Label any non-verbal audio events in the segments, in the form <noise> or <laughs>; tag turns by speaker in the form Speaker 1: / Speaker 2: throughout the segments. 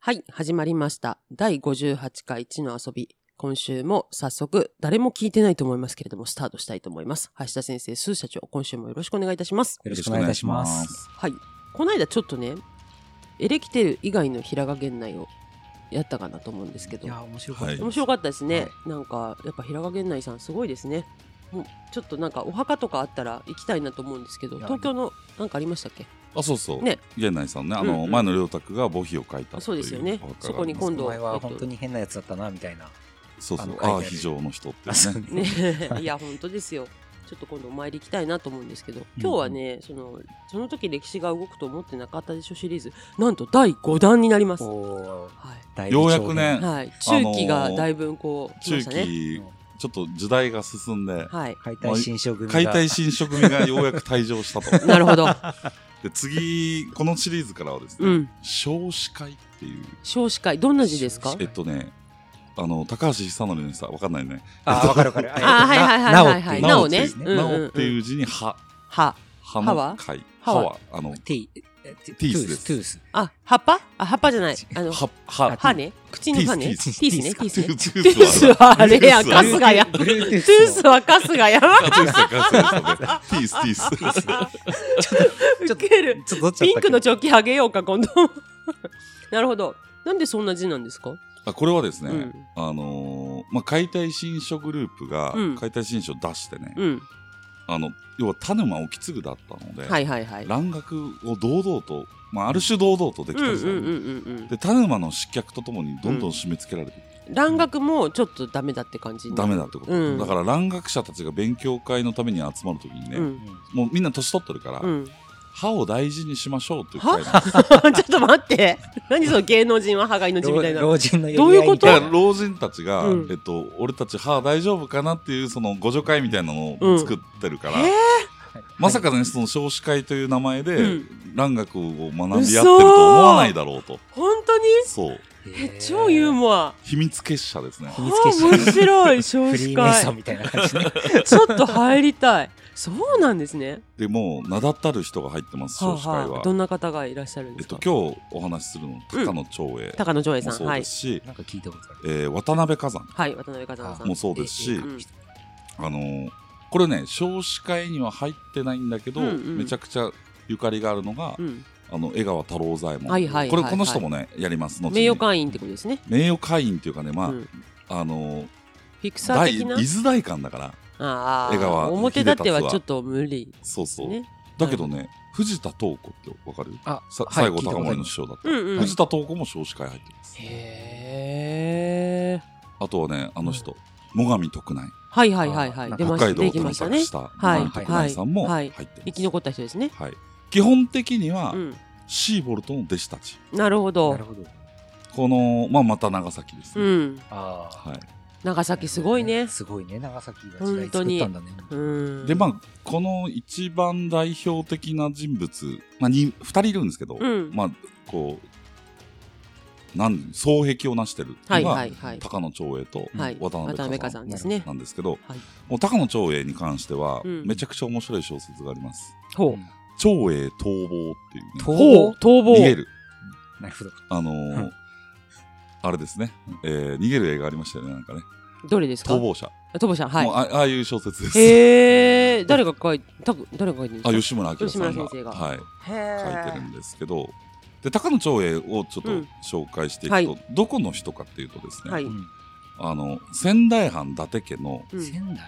Speaker 1: はい、始まりました。第58回1の遊び。今週も早速、誰も聞いてないと思いますけれども、スタートしたいと思います。橋田先生、スー社長、今週もよろしくお願いいたします。
Speaker 2: よろしくお願いします。
Speaker 1: はい。この間ちょっとね、エレキテル以外の平賀源内をやったかなと思うんですけど
Speaker 3: い、やー面白かったです、
Speaker 1: 面白かったですね。
Speaker 2: はい
Speaker 1: なんか、やっぱ平賀源内さんすごいですね。もうちょっとなんかお墓とかあったら行きたいなと思うんですけど、
Speaker 3: いや
Speaker 1: 東京のなんかありましたっけ
Speaker 2: あ、そうそう。
Speaker 1: ね
Speaker 2: 源内さんね、あ
Speaker 1: うんう
Speaker 2: の
Speaker 1: ん
Speaker 2: 前の良太が墓碑を書いたとい
Speaker 1: そうですよね
Speaker 2: お墓があります
Speaker 1: そこに今度
Speaker 3: お前は本当に変なやつだったなみたいな
Speaker 2: そうそう
Speaker 3: あの。
Speaker 2: あ
Speaker 3: 書い
Speaker 2: あ、
Speaker 3: てある
Speaker 2: 非常の人って
Speaker 3: あそう
Speaker 2: いうね。
Speaker 1: <laughs> ね、いや本当ですよちょっと今度お参り行きたいなと思うんですけど今日はね、そのその時歴史が動くと思ってなかったでしょシリーズなんと第5弾になります、は
Speaker 3: おー
Speaker 1: い
Speaker 3: だいぶ
Speaker 2: ようやくね、
Speaker 1: はい、中期がだいぶこう来ま
Speaker 2: 中
Speaker 1: したね、
Speaker 3: 長
Speaker 2: 期
Speaker 3: 編、
Speaker 2: ちょっと時代が進んで、
Speaker 1: はい
Speaker 3: 解体新書組が
Speaker 2: 解体新書組がようやく退場したと。
Speaker 1: なる <laughs> ほど、
Speaker 2: で、次、このシリーズからはです
Speaker 1: う
Speaker 2: ね、
Speaker 1: ん、
Speaker 2: 少子会っていう、
Speaker 1: 少子会どんな字ですか
Speaker 3: 少子
Speaker 2: えっとね、あの、高橋久典のさ、わかんないね。
Speaker 3: あーわかるわかる
Speaker 1: あーはいはいはいはいはい
Speaker 3: な
Speaker 1: な
Speaker 3: お
Speaker 1: お
Speaker 3: ってい
Speaker 1: ね
Speaker 3: う
Speaker 1: うん
Speaker 2: なおっていう字に、は、
Speaker 1: は
Speaker 2: は
Speaker 1: は
Speaker 2: の
Speaker 1: わ
Speaker 2: 会。
Speaker 1: は
Speaker 2: は
Speaker 1: わ
Speaker 2: わ、あの、
Speaker 3: ティえティ
Speaker 2: ティースです
Speaker 3: トゥース
Speaker 1: あ葉っぱあ葉っぱじゃ <laughs> ないあの
Speaker 2: は、は、
Speaker 1: 歯ね口の歯ね
Speaker 2: テ
Speaker 1: テ
Speaker 2: ィ
Speaker 1: ィ
Speaker 2: ー
Speaker 1: ー
Speaker 2: ス
Speaker 1: スねティースね
Speaker 2: ト
Speaker 1: テ
Speaker 2: ゥ
Speaker 1: ィースはあれや
Speaker 2: トゥース
Speaker 1: 春
Speaker 2: は
Speaker 1: 日や
Speaker 3: ブルートゥー
Speaker 1: トゥー
Speaker 3: ス
Speaker 1: スは春日やば
Speaker 2: あトゥースだトゥースだねティース、ティース。
Speaker 1: ウケる
Speaker 3: ちょっとどっちだ
Speaker 1: ピ
Speaker 3: った
Speaker 1: ン
Speaker 3: っけ
Speaker 1: クのチョッキあげようか今度 <laughs> なるほどなんでそんな字なんですか、
Speaker 2: あこれはですね、
Speaker 1: うん
Speaker 2: あのーまあ、解体新書グループが
Speaker 1: うん
Speaker 2: 解体新書を出してね、
Speaker 1: うん
Speaker 2: あの要は田沼意次だったので、
Speaker 1: はいはいはい
Speaker 2: 蘭学を堂々と、まあ、ある種堂々とでき
Speaker 1: うん
Speaker 2: た
Speaker 1: うんん
Speaker 2: ですよ、
Speaker 1: うんうん
Speaker 2: で田沼の失脚とともにどんどん締め付けられて、
Speaker 1: うん蘭学もちょっとダメだって感じにな
Speaker 2: ダ
Speaker 1: る
Speaker 2: メだってこと、
Speaker 1: うん
Speaker 2: だから蘭学者たちが勉強会のために集まるときにね、
Speaker 1: うん
Speaker 2: もうみんな年取ってるから、
Speaker 1: うん、 <laughs>
Speaker 2: 歯を大事にしましょうという会なんです
Speaker 1: ちょっと待って何その芸能人は歯が命みたいな
Speaker 3: 老老人の
Speaker 1: どういうこと
Speaker 2: だ
Speaker 3: や
Speaker 2: から
Speaker 3: い
Speaker 2: 老人たちが、
Speaker 1: うん
Speaker 2: えっと、俺たち歯大丈夫かなっていうその互助会みたいなのを作ってるから、
Speaker 1: え
Speaker 2: まさかね、その少子会という名前で、
Speaker 1: うん
Speaker 2: 蘭学を学び合ってると思わないだろうと。
Speaker 1: 本当に
Speaker 2: そう。
Speaker 1: え超ユーモア
Speaker 2: 秘密結社ですね
Speaker 1: あ。
Speaker 3: 秘密結社
Speaker 1: 面白い少
Speaker 3: フリ
Speaker 1: 子
Speaker 3: ーメイソン
Speaker 1: 会
Speaker 3: みたいな感じね
Speaker 1: ちょっと入りたいそうなんですね
Speaker 2: でもう、名だったる人が入ってます、少子会
Speaker 1: あ
Speaker 2: は
Speaker 1: あ。どんな方がいらっしゃるん
Speaker 2: え
Speaker 1: で
Speaker 2: っ
Speaker 1: すか
Speaker 2: と、、今日お話しするの、高野長英
Speaker 1: 高野長英
Speaker 2: も
Speaker 1: さん
Speaker 2: そう
Speaker 1: は
Speaker 2: で
Speaker 1: い
Speaker 2: すし、
Speaker 3: なんか聞いたことある
Speaker 2: えー渡辺崋山
Speaker 1: はい渡辺和也さん
Speaker 2: もそうですし
Speaker 3: ええ
Speaker 1: うん
Speaker 2: あのーこれね、少子会には入ってないんだけど、
Speaker 1: うんうん
Speaker 2: めちゃくちゃゆかりがあるのが、
Speaker 1: うん、
Speaker 2: あの、江川太郎左衛門。
Speaker 1: はいはいはいはい
Speaker 2: これ、この人もね、やります。後に
Speaker 1: 名誉会員ってことですね、
Speaker 2: 名誉会員っていうかね、まあ、
Speaker 1: うん
Speaker 2: あのー
Speaker 1: フィクサー
Speaker 2: 大伊
Speaker 1: 的な
Speaker 2: 豆大官だから、
Speaker 1: ああ
Speaker 2: 江川
Speaker 1: 表立っては
Speaker 2: 秀達は
Speaker 1: ちょっと無理
Speaker 2: そう
Speaker 1: で
Speaker 2: そ
Speaker 1: す
Speaker 2: う。
Speaker 1: ね
Speaker 2: だけどね、藤田東子ってわかる
Speaker 3: あ
Speaker 2: さ
Speaker 3: はい
Speaker 2: 西郷隆盛の師匠だった、
Speaker 1: うんうん
Speaker 2: 藤田東子も少子会入ってます
Speaker 1: へえ
Speaker 2: あとはねあの人最上徳内
Speaker 1: はいはいはいは
Speaker 3: あ
Speaker 1: い
Speaker 3: なん
Speaker 1: 出
Speaker 3: か
Speaker 1: ま
Speaker 2: 北
Speaker 1: した
Speaker 2: 海道を
Speaker 1: できま
Speaker 2: 転
Speaker 1: した
Speaker 2: 作
Speaker 1: ね
Speaker 2: した
Speaker 1: はい
Speaker 2: 最上徳内さんも入ってます、
Speaker 1: 生き残った人ですね
Speaker 2: はい基本的には、
Speaker 1: うん
Speaker 2: シーボルトの弟子たち
Speaker 1: なるほ
Speaker 3: な
Speaker 1: ど
Speaker 3: るほど
Speaker 2: この、まあ、また長崎です
Speaker 1: う
Speaker 2: ね、
Speaker 1: ん
Speaker 3: あー
Speaker 2: はい
Speaker 1: 長崎すごいね
Speaker 3: すごいね長崎が時代作ったんだね
Speaker 1: うん
Speaker 2: でまあこの一番代表的な人物、まあ、に2人いるんですけど、
Speaker 1: うん
Speaker 2: まあこうなん双璧を成してる
Speaker 1: は
Speaker 2: の
Speaker 1: い
Speaker 2: が、
Speaker 1: はいはい
Speaker 2: 高野長英と
Speaker 1: はい
Speaker 2: 渡辺
Speaker 1: 渡辺
Speaker 2: 崋
Speaker 1: 崋
Speaker 2: 山
Speaker 1: 山ですね
Speaker 2: なんですけど、
Speaker 1: はい
Speaker 2: もう高野長英に関しては、
Speaker 1: うん
Speaker 2: めちゃくちゃ面白い小説があります。
Speaker 1: ほ
Speaker 2: 長英逃亡っていうね、
Speaker 3: 逃
Speaker 1: ほう逃
Speaker 3: 亡
Speaker 2: 逃げ
Speaker 1: 亡
Speaker 2: る、
Speaker 3: なるほど
Speaker 2: あのー
Speaker 3: うん
Speaker 2: あれですね、えー逃げる映画ありましたよね、なんかね、
Speaker 1: どれですか
Speaker 2: 逃亡者、
Speaker 1: 逃亡者は
Speaker 2: もう
Speaker 1: い
Speaker 2: あああいう小説です。
Speaker 1: へえ誰が書いた誰が書いてるん
Speaker 2: あ
Speaker 1: です
Speaker 2: 吉村明さんが
Speaker 1: 吉村先生が
Speaker 2: は
Speaker 1: か
Speaker 2: い、書いてる
Speaker 1: へ
Speaker 2: んですけど、で高野長英をちょっと
Speaker 1: うん
Speaker 2: 紹介していくと、
Speaker 1: はい
Speaker 2: どこの人かっていうとです
Speaker 1: え
Speaker 2: ね、
Speaker 1: はい
Speaker 3: うん
Speaker 2: あの仙台藩伊達家の
Speaker 1: うん
Speaker 3: 仙台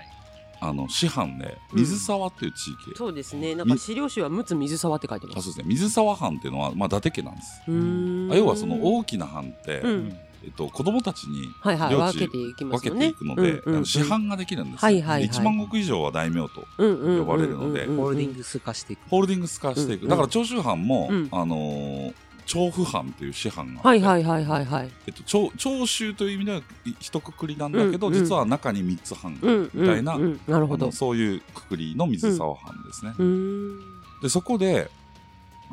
Speaker 2: あの師範で
Speaker 1: うん
Speaker 2: 水沢っていう地域、
Speaker 1: そうですねなんか資料集は陸奥水沢って書いてま
Speaker 2: あ
Speaker 1: す
Speaker 2: そうですね水沢藩っていうのは、まあ、伊達家なんです。
Speaker 1: うーん
Speaker 2: あ要はその大きな藩って、
Speaker 1: うん
Speaker 2: えっと、子供たちに
Speaker 1: はいはい、
Speaker 2: 領
Speaker 1: 分
Speaker 2: 地
Speaker 1: けていきま
Speaker 2: 分
Speaker 1: す
Speaker 2: け
Speaker 1: よ
Speaker 2: て
Speaker 1: ね
Speaker 2: い。くので、
Speaker 1: うんうん
Speaker 2: あの市販ができるんですよ、
Speaker 1: はいはいはい
Speaker 2: 1万石以上は大名と
Speaker 1: 呼
Speaker 2: 呼ばれるので
Speaker 3: ホールディングス化していく
Speaker 2: ホールディングス化してい
Speaker 1: うん
Speaker 2: く、
Speaker 1: うん
Speaker 2: だから長州藩も、
Speaker 1: うん
Speaker 2: あのー長府藩っていう市藩があって、
Speaker 1: はいはいはいはいはい。
Speaker 2: えっと、長長州という意味ではい一括りなんだけど、
Speaker 1: うんうん
Speaker 2: 実は中に3つ藩
Speaker 1: う
Speaker 2: があ
Speaker 1: ん
Speaker 2: る
Speaker 1: うん
Speaker 2: みたいな、
Speaker 1: うんなるほ
Speaker 2: あ
Speaker 1: ど
Speaker 2: の。そういうくくりの水沢藩ですね、
Speaker 1: うーん。
Speaker 2: でそこで、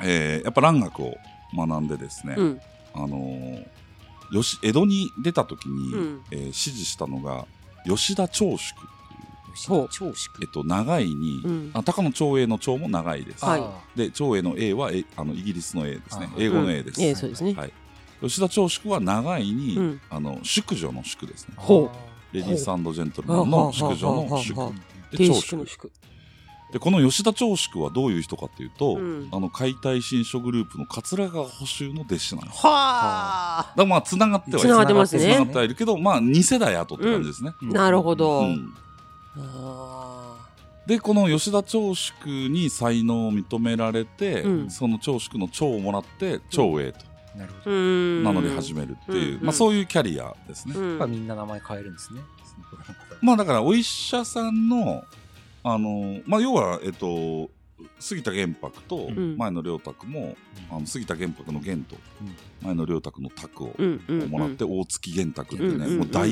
Speaker 2: えーやっぱ蘭学を学んでですね、
Speaker 1: うん。
Speaker 2: あのーよし江戸に出た時に、
Speaker 1: うん
Speaker 2: えー指示したのが吉田長宿
Speaker 1: ほう
Speaker 3: 長縮
Speaker 2: えっと長いに、
Speaker 1: うん
Speaker 2: あ高野長英の長も長いです、
Speaker 1: はい
Speaker 3: あ
Speaker 2: で長英の英はえあのイギリスの英ですね
Speaker 3: あー
Speaker 2: 英語の英です、
Speaker 1: ええ、そうですね。
Speaker 2: はい吉田長祝は長いに、
Speaker 1: うん
Speaker 2: あの宿女の宿ですね
Speaker 1: ほう
Speaker 2: レディースジェントルマンの宿女の宿
Speaker 1: ほうほうほうほうほう
Speaker 2: で
Speaker 1: 定
Speaker 2: 長
Speaker 1: 宿
Speaker 2: 祝
Speaker 1: の宿。
Speaker 2: でこの吉田長祝はどういう人かっていうと、
Speaker 1: うん
Speaker 2: あの解体新書グループの桂川補修の弟子なんですだか
Speaker 1: はあ。
Speaker 2: らまあつながってはい
Speaker 1: 繋がってますね
Speaker 2: 繋がってはいるけどまあ2世代後って感じですね、
Speaker 1: なるほど。
Speaker 2: うん
Speaker 1: あ
Speaker 2: でこの吉田長祝に才能を認められて、
Speaker 1: うん
Speaker 2: その長祝の長をもらって長英と
Speaker 3: なるほ
Speaker 1: ーう
Speaker 3: ど。や
Speaker 1: ん。
Speaker 2: 名乗り始めるっていう、
Speaker 1: うん
Speaker 2: まあ、そういうキャリアですね、
Speaker 1: うん
Speaker 3: っぱみんな名前変えるんですね。その頃の方
Speaker 2: まあだからお医者さんのあのまあ要はえっと杉田玄白と
Speaker 1: ん
Speaker 2: 前野良卓も、
Speaker 3: うん
Speaker 2: あの杉田玄白の玄と
Speaker 3: うん
Speaker 2: 前野良卓の卓を
Speaker 1: うんうんうん
Speaker 2: もらって大月玄卓って
Speaker 1: う
Speaker 2: い
Speaker 1: ん
Speaker 2: う
Speaker 1: うん
Speaker 2: ね、
Speaker 1: うん
Speaker 2: もう大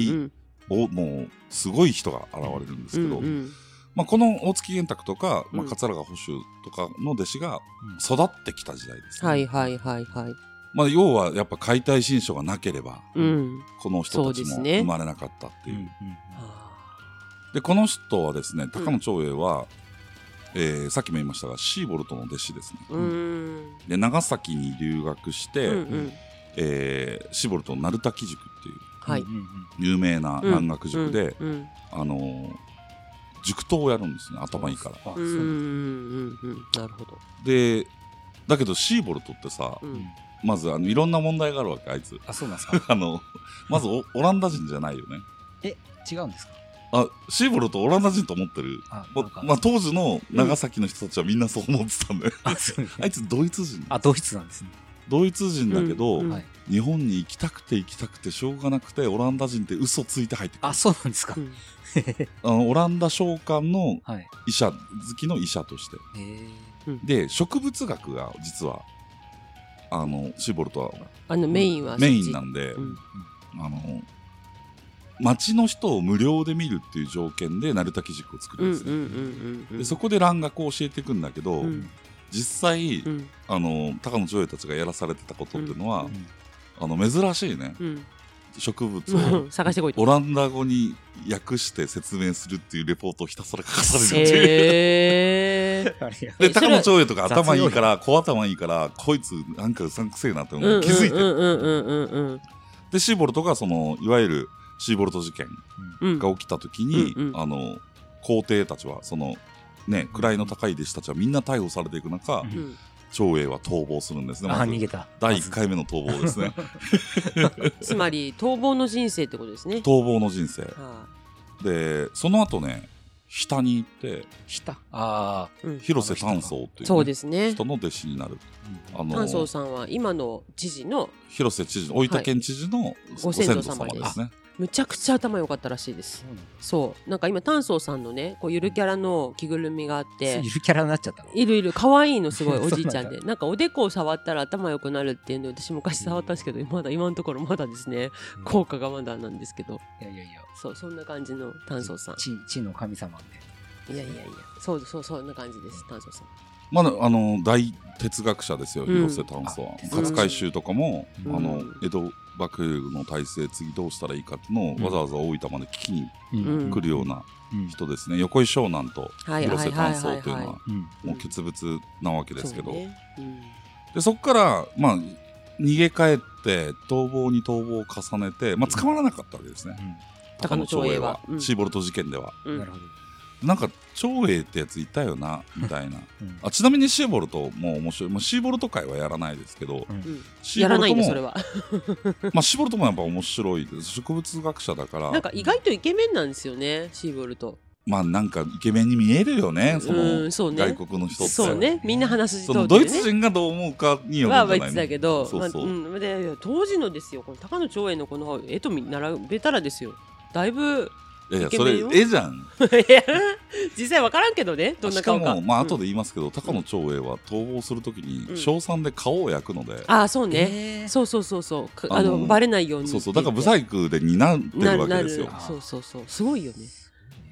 Speaker 2: おもうすごい人が現れるんですけど、
Speaker 1: うんうん
Speaker 2: まあ、この大月玄卓とか、まあ、
Speaker 1: うん
Speaker 2: 桂川保守とかの弟子が
Speaker 3: うん
Speaker 2: 育ってきた時代です、ね
Speaker 1: はいはいはいはい。
Speaker 2: まあ、要はやっぱ解体新書がなければ
Speaker 1: うん。
Speaker 2: この人たち
Speaker 1: そうです
Speaker 2: も
Speaker 1: ね
Speaker 2: 生まれなかったっていう
Speaker 1: あ
Speaker 2: で,、この人はですね高野長英は、えーさっきも言いましたがシーボルトの弟子ですね
Speaker 1: ーうん。
Speaker 2: で長崎に留学して、
Speaker 1: うんうん。
Speaker 2: えーシーボルトの鳴滝塾ってい
Speaker 1: はい。。
Speaker 2: う有名な蘭学塾で、
Speaker 1: うんうん
Speaker 2: あのー塾頭をやるんですね頭いいから。
Speaker 3: あ、
Speaker 1: う
Speaker 3: そ
Speaker 1: ん
Speaker 3: う。
Speaker 1: うんうんうん。なるほど。
Speaker 2: でだけどシーボルトってさ、
Speaker 1: うん。
Speaker 2: まずあのいろんな問題があるわけあいつ
Speaker 3: あ、そうなんですか。
Speaker 2: あのまずオオランダ人じゃないよね
Speaker 3: え、違うんですか。
Speaker 2: あシーボルトオランダ人と思ってる
Speaker 3: あ
Speaker 2: ま
Speaker 3: なんか
Speaker 2: まあ、当時の長崎の人たちはみんなそう思ってたんだよ、
Speaker 3: あ、そう。
Speaker 2: あいつドイツ人
Speaker 3: あ、ドイツなんですね。
Speaker 2: ドイツ人だけど、
Speaker 1: うんうん
Speaker 3: はい。
Speaker 2: 日本に行きたくて行きたくてしょうがなくてオランダ人って嘘ついて入ってくる
Speaker 3: あ、そうなんですか
Speaker 1: う。ん
Speaker 2: あのオランダ商館の
Speaker 3: はい。
Speaker 2: 医者好きの医者として
Speaker 3: えー。
Speaker 2: で植物学が実はあのシーボルトは
Speaker 1: あのメインは
Speaker 2: メインな
Speaker 1: の。
Speaker 2: んで、
Speaker 1: うん
Speaker 2: あの町の人を無料で見るっていう条件で鳴滝塾を作
Speaker 1: う
Speaker 2: るん
Speaker 1: んうん
Speaker 2: です
Speaker 1: う
Speaker 2: ね、
Speaker 1: んうん。
Speaker 2: でそこで蘭学を教えていくんだけど、
Speaker 1: うん
Speaker 2: 実際、
Speaker 1: うん
Speaker 2: あの高野長英たちがやらされてたことっていうのは、
Speaker 3: うん
Speaker 2: あの珍しいね
Speaker 1: うん
Speaker 2: 植物
Speaker 1: う
Speaker 2: を
Speaker 1: ん。探してこいと
Speaker 2: オ。ランダ語に訳して説明するっていうレポートをひたすら書かされるっていう。
Speaker 1: へえ。
Speaker 3: あれや。
Speaker 2: で
Speaker 1: それ
Speaker 2: 高野長英とか
Speaker 3: 雑用
Speaker 2: 頭いいから小頭いいからこいつなんかうさんくせえなって
Speaker 1: う
Speaker 2: 思
Speaker 1: んう
Speaker 2: うん気づいてる、
Speaker 1: うんうんうんうん
Speaker 2: でシーボルトがそのいわゆるシーボルト事件
Speaker 1: うん。
Speaker 2: が起きた時に、
Speaker 1: うんうん
Speaker 2: あの皇帝たちはそのね位の高い弟子たちはみんな逮捕されていく中、
Speaker 3: うん
Speaker 1: うん
Speaker 2: 長英は逃亡するんですね、
Speaker 3: あ、
Speaker 2: まず
Speaker 3: 逃げた。
Speaker 2: 第1回目の逃
Speaker 1: <laughs>
Speaker 2: 亡ですね
Speaker 1: つまり逃亡の人生ってことですね。
Speaker 2: 逃亡の人生
Speaker 1: は
Speaker 2: でその後ね下に行って
Speaker 1: い。た。
Speaker 3: あ
Speaker 1: うん。
Speaker 2: 広瀬丹僧という,、
Speaker 1: そうですね。
Speaker 2: 人の弟子になる
Speaker 3: あ。
Speaker 2: あの
Speaker 1: 丹僧さんは今の知事の
Speaker 2: 広瀬知事大分県知事のご先祖様ですね、
Speaker 1: むちゃくちゃ頭良かったらしいです
Speaker 3: そうなんだ
Speaker 1: そうなんか今丹僧さんのねこうゆるキャラの着ぐるみがあっ
Speaker 3: そう
Speaker 1: て
Speaker 3: ゆるキャラになっちゃったの。
Speaker 1: いるいる可愛いのすごい
Speaker 2: <laughs>
Speaker 3: そ
Speaker 1: お
Speaker 3: うなんだ
Speaker 1: じいちゃんでなんかおでこを触ったら頭良くなるっていうので私昔触ったんですけどまだ今のところまだですね効果がまだなんですけど
Speaker 3: いやいやいや。
Speaker 1: そうそんな感じの丹僧さん
Speaker 3: 地地の神様みたい
Speaker 1: いやいやいやそうそうそんな感じです丹僧さん
Speaker 2: まあ、あの大哲学者ですよ、
Speaker 1: うん
Speaker 2: 広瀬丹僧は
Speaker 3: あ
Speaker 1: 学
Speaker 3: 哲
Speaker 1: 者
Speaker 2: 勝海舟とかも、
Speaker 1: うん
Speaker 2: あの江戸幕府の体制次どうしたらいいかっていうのを、
Speaker 3: うん
Speaker 2: わざわざ大分まで聞きに
Speaker 3: な。
Speaker 1: うん
Speaker 2: 来るような
Speaker 3: うん
Speaker 2: 人ですね、横井湘南と
Speaker 1: はい
Speaker 2: 広瀬丹僧という
Speaker 1: はいはいはい
Speaker 2: の
Speaker 1: は
Speaker 2: は
Speaker 3: うん。
Speaker 1: い
Speaker 2: もう決別なわけですけど、
Speaker 1: そうねうん
Speaker 2: でそこから、まあ、逃げ帰って逃亡に逃亡を重ねて、まあ、捕まらなかったわけですね、
Speaker 1: 高野長英はうん
Speaker 2: シーボルト事件では、
Speaker 1: う
Speaker 3: うんん。なるほど。
Speaker 2: なんか長英ってやついたよなみたいな
Speaker 3: うん
Speaker 2: あちなみにシーボルトも面白い、まあ、シーボルト界はやらないですけど、
Speaker 3: うん
Speaker 2: シー
Speaker 1: や
Speaker 2: ボ
Speaker 1: ら
Speaker 2: ル
Speaker 1: ない
Speaker 2: ト
Speaker 1: んだ
Speaker 2: も
Speaker 1: それは
Speaker 2: まあ、シーボルトもやっぱ面白いです植物学者だから
Speaker 1: なんか意外とイケメンなんですよねシーボルト
Speaker 2: まあなんかイケメンに見えるよねその、
Speaker 1: うんそうね
Speaker 2: 外国の人って
Speaker 1: そうねみんな話し
Speaker 2: そ
Speaker 1: 通
Speaker 2: の
Speaker 1: って
Speaker 2: ド
Speaker 1: るね
Speaker 2: イツ人がどう思うかによるんじ
Speaker 1: は
Speaker 2: ゃな
Speaker 1: 言っ
Speaker 2: い
Speaker 1: てたけど、
Speaker 2: そうそう、
Speaker 1: まあうん、でいや当時のですよ、この高野長英のこの絵と見並べたらですよ、だいぶ、 <laughs>
Speaker 2: いやい
Speaker 1: イ
Speaker 2: や
Speaker 1: ケ
Speaker 2: そ
Speaker 1: メ
Speaker 2: れ
Speaker 1: ンよ
Speaker 2: 絵じゃん
Speaker 1: 実際わからんけどね、どんな
Speaker 2: しか
Speaker 1: 顔か。
Speaker 2: もまあ後
Speaker 1: うん
Speaker 2: で言いますけど、高野長英は逃亡するときに
Speaker 1: うん
Speaker 2: 称賛で顔を焼くので、
Speaker 1: ああ、そうね、
Speaker 3: ね
Speaker 1: そうそうそうそう、くあ
Speaker 2: あ
Speaker 1: の
Speaker 2: の
Speaker 1: バレないように。
Speaker 2: そうそうだからブサイクで担って
Speaker 1: な
Speaker 2: る
Speaker 1: る
Speaker 2: わ
Speaker 1: な
Speaker 2: け
Speaker 1: る
Speaker 2: ですよ
Speaker 1: そうそうそう、すごいよね。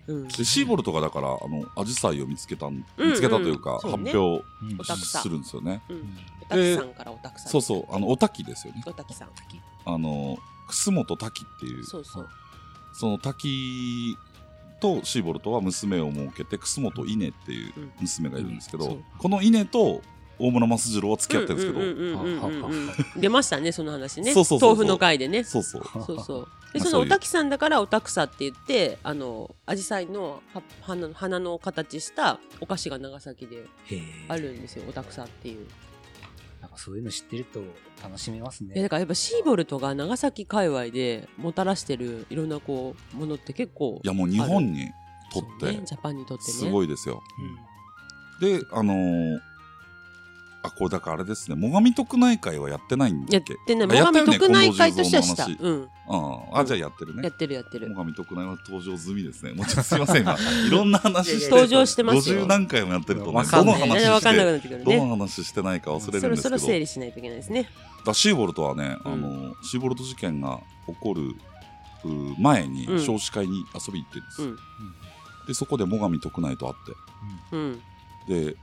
Speaker 1: うん、
Speaker 2: でシーボルトがだからあのアジサイを見つけたん
Speaker 1: うん
Speaker 2: 見つけたというか、
Speaker 1: そうね
Speaker 2: 発表
Speaker 3: うん
Speaker 1: オタクさん
Speaker 2: するんですよね
Speaker 1: うん、おたき
Speaker 2: で
Speaker 1: さんからおたくさん。
Speaker 2: そうそうあのおたきですよね
Speaker 1: おたきさん。
Speaker 2: あの楠本滝っていう
Speaker 1: そうそう。
Speaker 2: その滝とシーボルトは娘を設けて楠本稲っていう娘がいるんですけど、
Speaker 1: うんそう
Speaker 2: この稲と大村益次郎は付き合ってるんですけど、
Speaker 1: うんうんうんうんうんうん
Speaker 3: は
Speaker 1: 出ましたね、その話ね。
Speaker 2: そうそうそうそう
Speaker 1: 豆腐の回でね。
Speaker 2: そうそう
Speaker 1: そうそう。
Speaker 2: ま
Speaker 1: で、
Speaker 2: あ
Speaker 1: そ
Speaker 2: そ
Speaker 1: のお
Speaker 2: ういう
Speaker 1: たきさんだからおたくさって言って、あの、アジサイの葉花の花の形したお菓子が長崎で
Speaker 3: へえ。
Speaker 1: あるんですよ、おたくさっていう。
Speaker 3: なんかそういうの知ってると楽しめます
Speaker 1: いやだ
Speaker 3: ね。
Speaker 1: からやっぱシーボルトが長崎界隈でもたらしてるいろんなこうものって結構
Speaker 2: いやもう日本にと
Speaker 1: そう
Speaker 2: って
Speaker 1: ね、ジャパンにとってね
Speaker 2: すごいですよ、
Speaker 3: うん
Speaker 2: であのーあこれだからあれですね最上徳内会はやってないんだ
Speaker 1: や
Speaker 2: っ
Speaker 1: っ
Speaker 2: け
Speaker 1: てね
Speaker 2: あや
Speaker 1: 最
Speaker 2: った
Speaker 1: 上
Speaker 2: よね
Speaker 1: 特内会としては
Speaker 2: 近
Speaker 1: し
Speaker 2: 藤
Speaker 1: た、
Speaker 2: 正
Speaker 1: うん、
Speaker 2: ああじゃあやってる
Speaker 1: や
Speaker 2: ね
Speaker 1: ってるやって
Speaker 2: 最
Speaker 1: る
Speaker 2: 上徳内は登場済みですねもうちょっとすいません
Speaker 1: <laughs>
Speaker 2: がいろんな話して
Speaker 1: 登場してますよ
Speaker 2: 50何回もやってるとね
Speaker 3: わか
Speaker 2: ど
Speaker 3: んな
Speaker 2: の
Speaker 3: い
Speaker 2: 話
Speaker 1: 全然わ
Speaker 2: し
Speaker 1: かんなく
Speaker 2: て
Speaker 1: なってくる
Speaker 2: ど
Speaker 1: ね
Speaker 2: の話してないか忘れ
Speaker 1: そ
Speaker 2: るん
Speaker 1: ろ
Speaker 2: です
Speaker 1: そ
Speaker 2: け
Speaker 1: ろ
Speaker 2: ど
Speaker 1: 整理しないといけないですね
Speaker 2: だシーボルトはね、
Speaker 1: うん
Speaker 2: あのシーボルト事件が起こるうー前に
Speaker 1: うん
Speaker 2: 少子会に遊びに行ってるんです、
Speaker 1: うん
Speaker 2: でそこで最上徳内と会
Speaker 1: うん
Speaker 2: ってで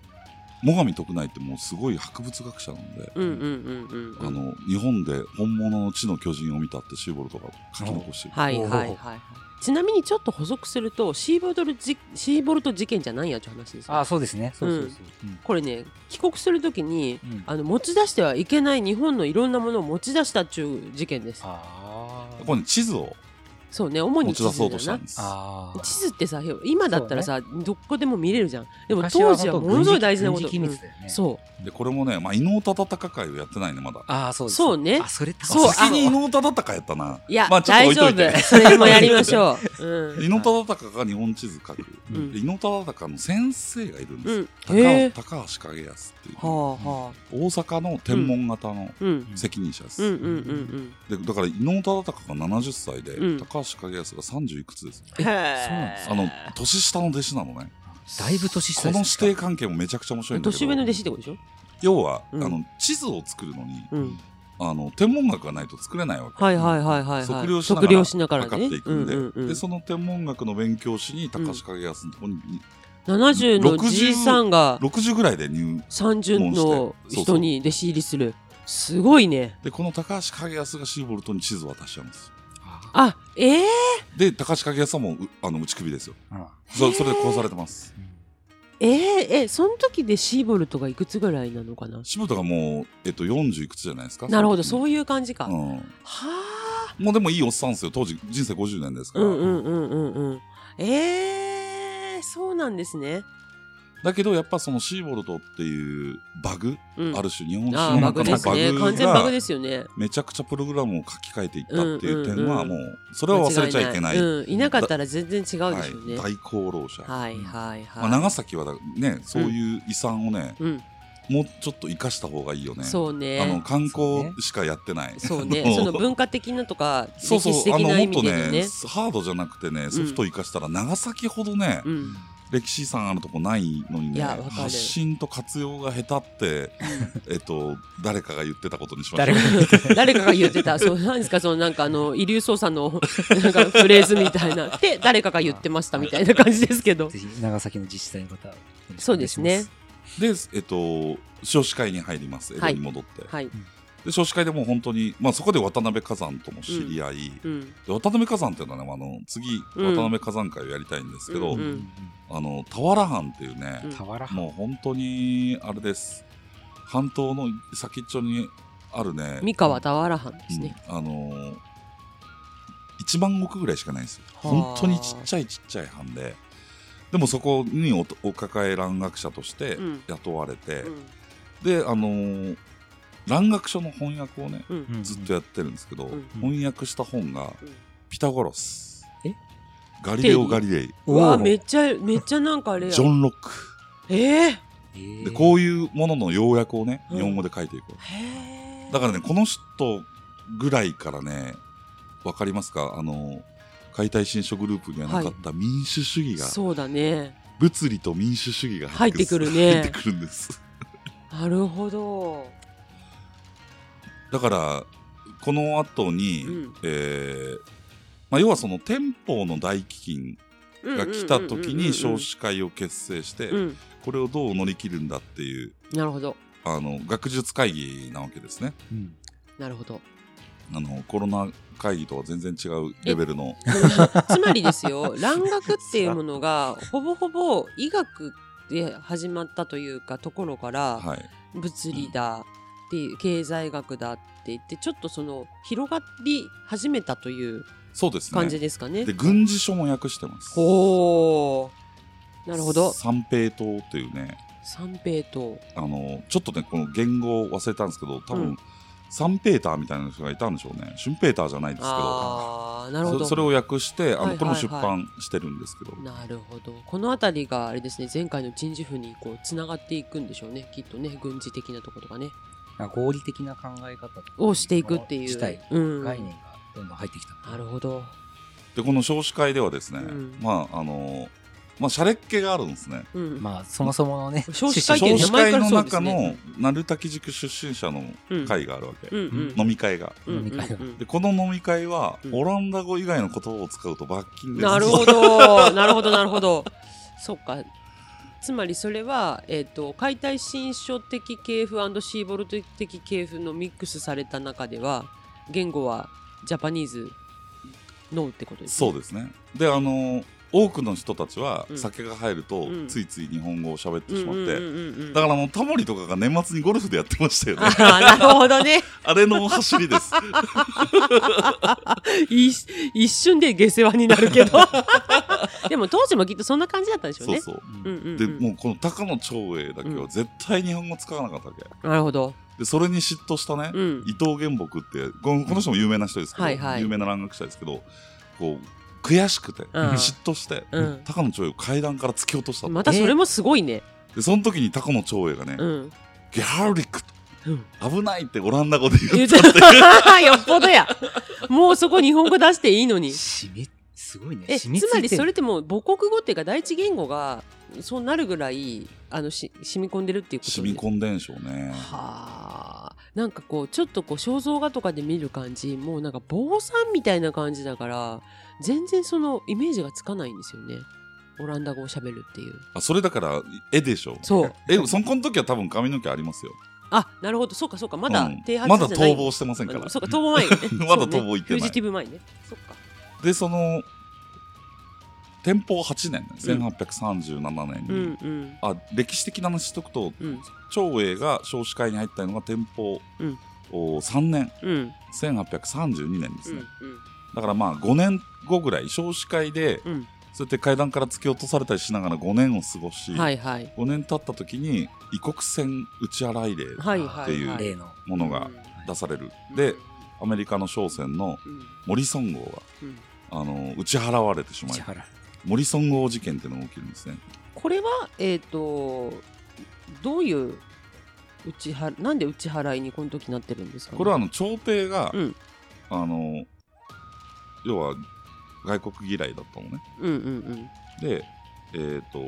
Speaker 2: 最上徳内ってもうすごい博物学者なんで、
Speaker 1: うんうんうんうんうん
Speaker 2: あの日本で本物の地の巨人を見たってシーボルトが書き残してる、
Speaker 1: はいはいはいはいちなみにちょっと補足するとシーボルトじシーボルト事件じゃないやって話ですよ
Speaker 3: ああ、そうですね。そうそうそう。うん
Speaker 1: これね帰国するときに
Speaker 3: うん
Speaker 1: あの持ち出してはいけない日本のいろんなものを持ち出したっちゅう事件です
Speaker 3: あー
Speaker 2: ここに地図を
Speaker 1: そうね主
Speaker 2: 持
Speaker 1: に
Speaker 2: ち
Speaker 1: 地
Speaker 2: 出そうとし
Speaker 1: 図
Speaker 2: た
Speaker 1: だ
Speaker 2: んです
Speaker 3: あ
Speaker 1: な
Speaker 3: ー
Speaker 1: 地図ってさ今だったらさ、どこでも見れるじゃんでも
Speaker 3: 昔は
Speaker 1: 当時
Speaker 3: 本
Speaker 1: は
Speaker 3: 当
Speaker 1: ものすごい大事なこ
Speaker 3: 軍
Speaker 1: と、
Speaker 3: 事機密だ
Speaker 1: う
Speaker 3: よ
Speaker 1: ん
Speaker 3: ね。う。
Speaker 1: そう
Speaker 2: でこれもね、まあ、伊能忠敬会をやってないねまだ
Speaker 3: ああ、そうです。
Speaker 1: そうね
Speaker 3: あ、それって
Speaker 1: そう
Speaker 2: 先に伊
Speaker 1: あ
Speaker 2: 能忠敬やったない
Speaker 1: や、
Speaker 2: まあちょっと置
Speaker 1: 大
Speaker 2: いと
Speaker 1: 丈
Speaker 2: いて
Speaker 1: 夫それもやりましょう、
Speaker 2: 伊能忠敬が日本地図書く、
Speaker 1: うん
Speaker 2: で伊能忠敬の先生がいるんです
Speaker 1: う
Speaker 2: よ、
Speaker 1: ん、
Speaker 2: 高
Speaker 1: うん、へえ
Speaker 2: 高橋景康っていう、
Speaker 1: はあはあ
Speaker 2: 大阪の天文型の
Speaker 1: うん
Speaker 2: 責任者です、
Speaker 1: うんうんうん
Speaker 2: でだから伊能忠敬が70歳で、
Speaker 1: うん
Speaker 2: 高橋景康が30いくつです
Speaker 1: うんへえ
Speaker 3: そうなんです
Speaker 2: あの年下の弟子なのね
Speaker 3: だいぶ年下
Speaker 2: この
Speaker 3: で
Speaker 2: 師
Speaker 3: す
Speaker 2: 弟関係もめちゃくちゃ面白いんだけど
Speaker 1: 年上の弟子ってことでしょ
Speaker 2: 要は、
Speaker 1: うん
Speaker 2: あの地図を作るのに
Speaker 1: うん
Speaker 2: あの天文学がないと作れないわけ
Speaker 1: はいはいはいはい、はい、
Speaker 2: 測量しながら
Speaker 1: 測量しながら
Speaker 2: 測
Speaker 1: ね
Speaker 2: っていくんで,、
Speaker 1: うんうんうん
Speaker 2: でその天文学の勉強しに高橋景康のとこに、
Speaker 1: 70の
Speaker 2: 60
Speaker 1: じいさんが
Speaker 2: 60ぐらいで入
Speaker 1: 30の
Speaker 2: そうそう
Speaker 1: 人に弟子入りするすごいね
Speaker 2: でこの高橋景康がシーボルトに地図を渡しちゃうんですよ
Speaker 3: あ
Speaker 1: あええ
Speaker 2: で高橋景康はもううあの打ち首ですよ
Speaker 3: うん
Speaker 2: そそれで殺されてます
Speaker 1: えええその時でシーボルトがいくつぐらいなのかな
Speaker 2: 柴田がもう、えっと、40いくつじゃないですか
Speaker 1: なるほど
Speaker 2: の
Speaker 1: そういう感じか、
Speaker 2: 時
Speaker 1: は
Speaker 2: うん、
Speaker 1: あ
Speaker 2: もうでもいいおっさんですよ当時人生50年ですか
Speaker 1: う
Speaker 2: ら、
Speaker 1: んうんうんうんうんええそうなんですね、
Speaker 2: だけどやっぱそのシーボルトっていうバグ、
Speaker 1: うん、
Speaker 2: ある種日本史
Speaker 1: あーバ
Speaker 2: の
Speaker 1: グ
Speaker 2: 中
Speaker 1: で
Speaker 2: の
Speaker 1: すね
Speaker 2: バ
Speaker 1: 完
Speaker 2: グ
Speaker 1: 全バグ
Speaker 2: が
Speaker 1: ですよね
Speaker 2: めちゃくちゃプログラムを書き換えていったっていう点は
Speaker 1: うんうんうん
Speaker 2: もうそれは忘れちゃいけない
Speaker 1: 間違うん、いなかったら全然違うでしょ
Speaker 2: は
Speaker 1: うね、
Speaker 2: い、大功労者、
Speaker 1: はい、はいはい
Speaker 2: まあ、長崎はだねそういう遺産をね、
Speaker 1: うん、
Speaker 2: もうちょっと生かした方がいいよね
Speaker 1: そうね
Speaker 2: あの観光しかやってない
Speaker 1: そう
Speaker 2: <laughs> あ
Speaker 1: ね、その文化的なとか
Speaker 2: そう
Speaker 1: 歴
Speaker 2: そう
Speaker 1: 史的
Speaker 2: あの
Speaker 1: な意
Speaker 2: もっ
Speaker 1: 味
Speaker 2: と
Speaker 1: での
Speaker 2: ね
Speaker 1: ね。
Speaker 2: ハードじゃなくてねソフトを生かしたら長崎ほどね、
Speaker 1: うん、
Speaker 2: 歴史遺産あるとこないのに
Speaker 1: い
Speaker 2: ね
Speaker 1: やわかる
Speaker 2: 発信と活用が下手って <laughs> えっと誰かが言ってたことにしました
Speaker 3: 誰
Speaker 1: <laughs>
Speaker 3: が
Speaker 1: 誰かが言ってた、そうなんですか、そのなんかあの遺留捜査のなんかフレーズみたいな、
Speaker 2: <laughs>
Speaker 1: で誰かが言ってましたみたいな感じですけど、
Speaker 3: ぜひ長崎の自治体の方、
Speaker 1: そうですね。
Speaker 2: でえっと少子会に入ります江戸
Speaker 1: はい
Speaker 2: に戻って、
Speaker 1: はい、
Speaker 2: で少子会でもう本当にまあそこで渡辺崋山とも知り合い、
Speaker 1: うん、
Speaker 2: で渡辺崋山っていうのはねあの次
Speaker 1: うん
Speaker 2: 渡辺崋山会をやりたいんですけど、
Speaker 1: うんうん
Speaker 2: あの俵藩っていうね、
Speaker 1: うん
Speaker 3: 俵
Speaker 2: もう本当にあれです半島の先っちょにあるね
Speaker 1: 三河俵藩ですね。
Speaker 2: うんあのー、1万石ぐらいしかないんですよ
Speaker 1: はあ
Speaker 2: 本当にちっちゃいちっちゃい藩ででもそこにおお抱え蘭学者として
Speaker 1: うん
Speaker 2: 雇われて、
Speaker 1: うん
Speaker 2: であのー、蘭学書の翻訳をね
Speaker 1: うん
Speaker 2: ずっとやってるんですけど、
Speaker 1: うん
Speaker 2: 翻訳した本が
Speaker 1: うん
Speaker 2: 「ピタゴラス」
Speaker 3: え
Speaker 2: ガリレオ・ガリレイ」
Speaker 1: うわめっちゃめっちゃなんかあれ
Speaker 2: 「
Speaker 1: や
Speaker 2: ジョン・ロック
Speaker 1: えー、」
Speaker 3: で
Speaker 2: でこういうものの要約をね、
Speaker 1: うん
Speaker 2: 日本語で書いていく
Speaker 1: へー
Speaker 2: だからね、この人ぐらいからね、わかりますかあの、解体新書グループにはなかった民主主義が、
Speaker 1: そうだね
Speaker 2: 物理と民主主義が
Speaker 1: 入ってくる
Speaker 2: <laughs> 入って
Speaker 1: ね
Speaker 2: くるんです。
Speaker 1: なるほど
Speaker 2: だから、この後に、
Speaker 1: うん
Speaker 2: えーまあ、要はその天保の大飢饉が来た時に少子会を結成して、
Speaker 1: うんうんうんうん
Speaker 2: これをどう乗り切るんだっていう、
Speaker 1: うんなるほど
Speaker 2: あの、学術会議なわけですね。
Speaker 3: うん、
Speaker 1: なるほど
Speaker 2: あの、コロナ会議とは全然違うレベルの、
Speaker 1: つまりです
Speaker 2: <laughs>
Speaker 1: よ蘭学っていうものがほぼほぼ医学で始まったというかところから、
Speaker 2: はい。
Speaker 1: 物理だっていう経済学だって言ってちょっとその広がり始めたという
Speaker 2: そうです
Speaker 1: 感じ
Speaker 2: ね。
Speaker 1: ですかね。
Speaker 2: で、軍事書も訳してます。
Speaker 1: ほうなるほど
Speaker 2: 三平党っていうね、
Speaker 1: 三平と
Speaker 2: あの、ちょっとね、この言語を忘れたんですけど、多分、
Speaker 1: うん
Speaker 2: サンペーターみたいな人がいたんでしょうね。シュンペーターじゃないですけど。
Speaker 1: ああなるほ
Speaker 2: そ
Speaker 1: ど
Speaker 2: それを訳して、
Speaker 1: は
Speaker 2: あの、
Speaker 1: いはいはい
Speaker 2: これも出版してるんですけど。
Speaker 1: なるほどこの辺りがあれですね前回の人事府にこうつながっていくんでしょうねきっとね軍事的なところがね
Speaker 3: なんか合理的な考え方
Speaker 1: をしていくっていう
Speaker 3: 自体
Speaker 1: うん、
Speaker 3: 概念がどんどん入ってきた。
Speaker 1: なるほど
Speaker 2: で、この少子会ではですね、
Speaker 1: うん
Speaker 2: まあ、あの、まあ、シャレっ気があるんですね。
Speaker 1: うん、
Speaker 3: まあ、そもそものね、
Speaker 1: 少子化
Speaker 2: 少
Speaker 1: 会見
Speaker 2: 子会
Speaker 1: 名前
Speaker 2: の
Speaker 1: からそ
Speaker 2: 中
Speaker 1: うです
Speaker 2: の
Speaker 1: ね、
Speaker 2: 鳴滝塾出身者の
Speaker 1: うん
Speaker 2: 会があるわけ。
Speaker 1: うんうん
Speaker 2: 飲み会が。
Speaker 1: うん
Speaker 3: 飲み会が
Speaker 1: うんうん
Speaker 2: で、この飲み会は、
Speaker 1: うん
Speaker 2: オランダ語以外の言葉を使うと罰金です。
Speaker 1: なるほど、なるほど、なるほど。 <laughs> そっか。つまりそれは、えっと解体新書的系譜シーボルト的系譜のミックスされた中では言語はジャパニーズのってことですね。
Speaker 2: そうですね。で、あの、多くの人たちは
Speaker 1: うん
Speaker 2: 酒が入ると、
Speaker 1: うん
Speaker 2: ついつい日本語を喋ってしまって、
Speaker 1: うんうんうんうん
Speaker 2: だからもうタモリとかが年末にゴルフでやってましたよね。
Speaker 1: <laughs> あーなるほどね
Speaker 2: <laughs> あれの走りです。
Speaker 1: い一瞬で下世話になるけど <laughs> でも当時もきっ <laughs> とそんな感じだったでしょう
Speaker 2: そう
Speaker 1: ね
Speaker 2: そう。
Speaker 3: う
Speaker 1: う
Speaker 3: ん
Speaker 1: んうん
Speaker 2: で、
Speaker 1: うん
Speaker 2: もうこの高野長英だけは絶対日本語使わなかったわけ。
Speaker 1: なるほど、
Speaker 2: で、それに嫉妬したね、
Speaker 1: うん、
Speaker 2: 伊藤玄牧ってこのこの人も有名な人ですけど、
Speaker 1: はいはい
Speaker 2: 有名な蘭学者ですけどこう悔しくて、
Speaker 1: うん
Speaker 2: 嫉妬して、
Speaker 1: うん
Speaker 2: 高野長英を階段から突き落としたと
Speaker 1: またそれもすごいね、
Speaker 2: でその時に高野長英がね、
Speaker 1: うん
Speaker 2: ギャーリックと
Speaker 1: うん
Speaker 2: 危ないってオランダ語で言
Speaker 1: 言
Speaker 2: っ
Speaker 1: ったた
Speaker 2: っ
Speaker 1: <laughs>
Speaker 2: て
Speaker 1: よっぽどやもうそこ日本語出していいのに
Speaker 3: しみ、すごいね。
Speaker 1: え
Speaker 3: 染みつ
Speaker 1: つまり
Speaker 3: いて
Speaker 1: それ
Speaker 3: る
Speaker 1: ってもう母国語っていうか第一言語がそうなるぐらいあのし染み込んでるっていうこと
Speaker 2: 染み
Speaker 1: ん
Speaker 2: 込んでんでしょうね
Speaker 1: はあなんかこうちょっとこう肖像画とかで見る感じもうなんか坊さんみたいな感じだから全然そのイメージがつかないんですよねオランダ語をしゃべるっていう
Speaker 2: あそれだから絵でしょ <laughs>
Speaker 1: そう
Speaker 2: えそこの時は多分髪の毛ありますよ
Speaker 1: あなるほどそうかそうかま
Speaker 2: う
Speaker 1: だ
Speaker 2: ん
Speaker 1: 停
Speaker 2: ま
Speaker 1: 発
Speaker 2: だ
Speaker 1: じゃない、
Speaker 2: 逃亡してませんか
Speaker 1: あ
Speaker 2: ら
Speaker 1: のそうか逃亡前
Speaker 2: <laughs>
Speaker 1: ね
Speaker 2: まだ逃亡行っ
Speaker 1: そ
Speaker 2: てない
Speaker 1: うねフュージティブ前ねそっか
Speaker 2: でその天保8年、ね、1837年に、
Speaker 1: うんうん
Speaker 2: あ歴史的な話しとくと
Speaker 1: うん
Speaker 2: 長英が少子化に入ったのが天保、
Speaker 1: うん
Speaker 2: お3年
Speaker 1: うん
Speaker 2: 1832年です
Speaker 1: うん
Speaker 2: ね、だからまあ5年後ぐらい少子化で、
Speaker 1: うん
Speaker 2: そうやって階段から突き落とされたりしながら5年を過ごし、
Speaker 1: うんはいはい
Speaker 2: 5年経った時に異国船打ち払い令
Speaker 1: はいはい
Speaker 2: って
Speaker 1: は
Speaker 2: いう
Speaker 1: い
Speaker 3: 例の。
Speaker 2: ものが出される、でアメリカの商船の
Speaker 1: うん
Speaker 2: モリソン号
Speaker 1: うん
Speaker 2: があの打ち払われてしまい
Speaker 3: 市原。
Speaker 2: モリソン号事件っていうのが起きるんですね
Speaker 1: これはえっ、とどういう打ちはなんで打ち払いにこの時なってるんですかね、
Speaker 2: これはあの朝廷が、
Speaker 1: うん
Speaker 2: あの要は外国嫌いだったのね
Speaker 1: うんうん
Speaker 2: でえっ、と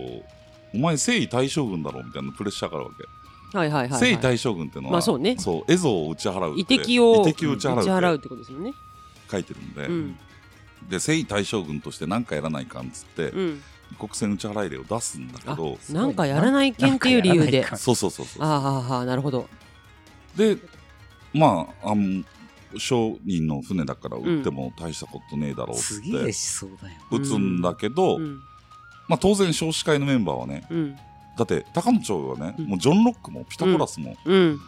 Speaker 2: お前征夷大将軍だろみたいなプレッシャーがあるわけ
Speaker 1: うんはいはいはい、
Speaker 2: 征夷
Speaker 1: はい、
Speaker 2: 大将軍っていうのは、
Speaker 1: まあそうね
Speaker 2: そう蝦夷を打ち払うって
Speaker 1: 遺敵を
Speaker 2: 遺敵を打ち払う
Speaker 1: 打
Speaker 2: っ
Speaker 1: ち
Speaker 2: て
Speaker 1: 払うってことですよね
Speaker 2: 書いてるんで、
Speaker 1: うん
Speaker 2: で征夷大将軍として何かやらないかんっつって、
Speaker 1: うん
Speaker 2: 異国船打ち払い令を出すんだけ
Speaker 1: あ
Speaker 2: ど
Speaker 3: すごい
Speaker 1: なんかやらない件っていう理由
Speaker 3: なんかや
Speaker 1: で
Speaker 3: らないか
Speaker 2: そうそうそうそう
Speaker 1: ああああなるほど
Speaker 2: でまああの商人の船だから撃っても大したことねえだろうっつ
Speaker 3: す
Speaker 2: っ
Speaker 3: げえ思
Speaker 2: て
Speaker 3: 想だよ。
Speaker 2: 撃つんだけど、
Speaker 1: うん
Speaker 2: まあ、当然少子会のメンバーはね
Speaker 1: うん
Speaker 2: だって高野町はね、
Speaker 1: うん
Speaker 2: もうジョン・ロックもピタゴラスも、
Speaker 1: うん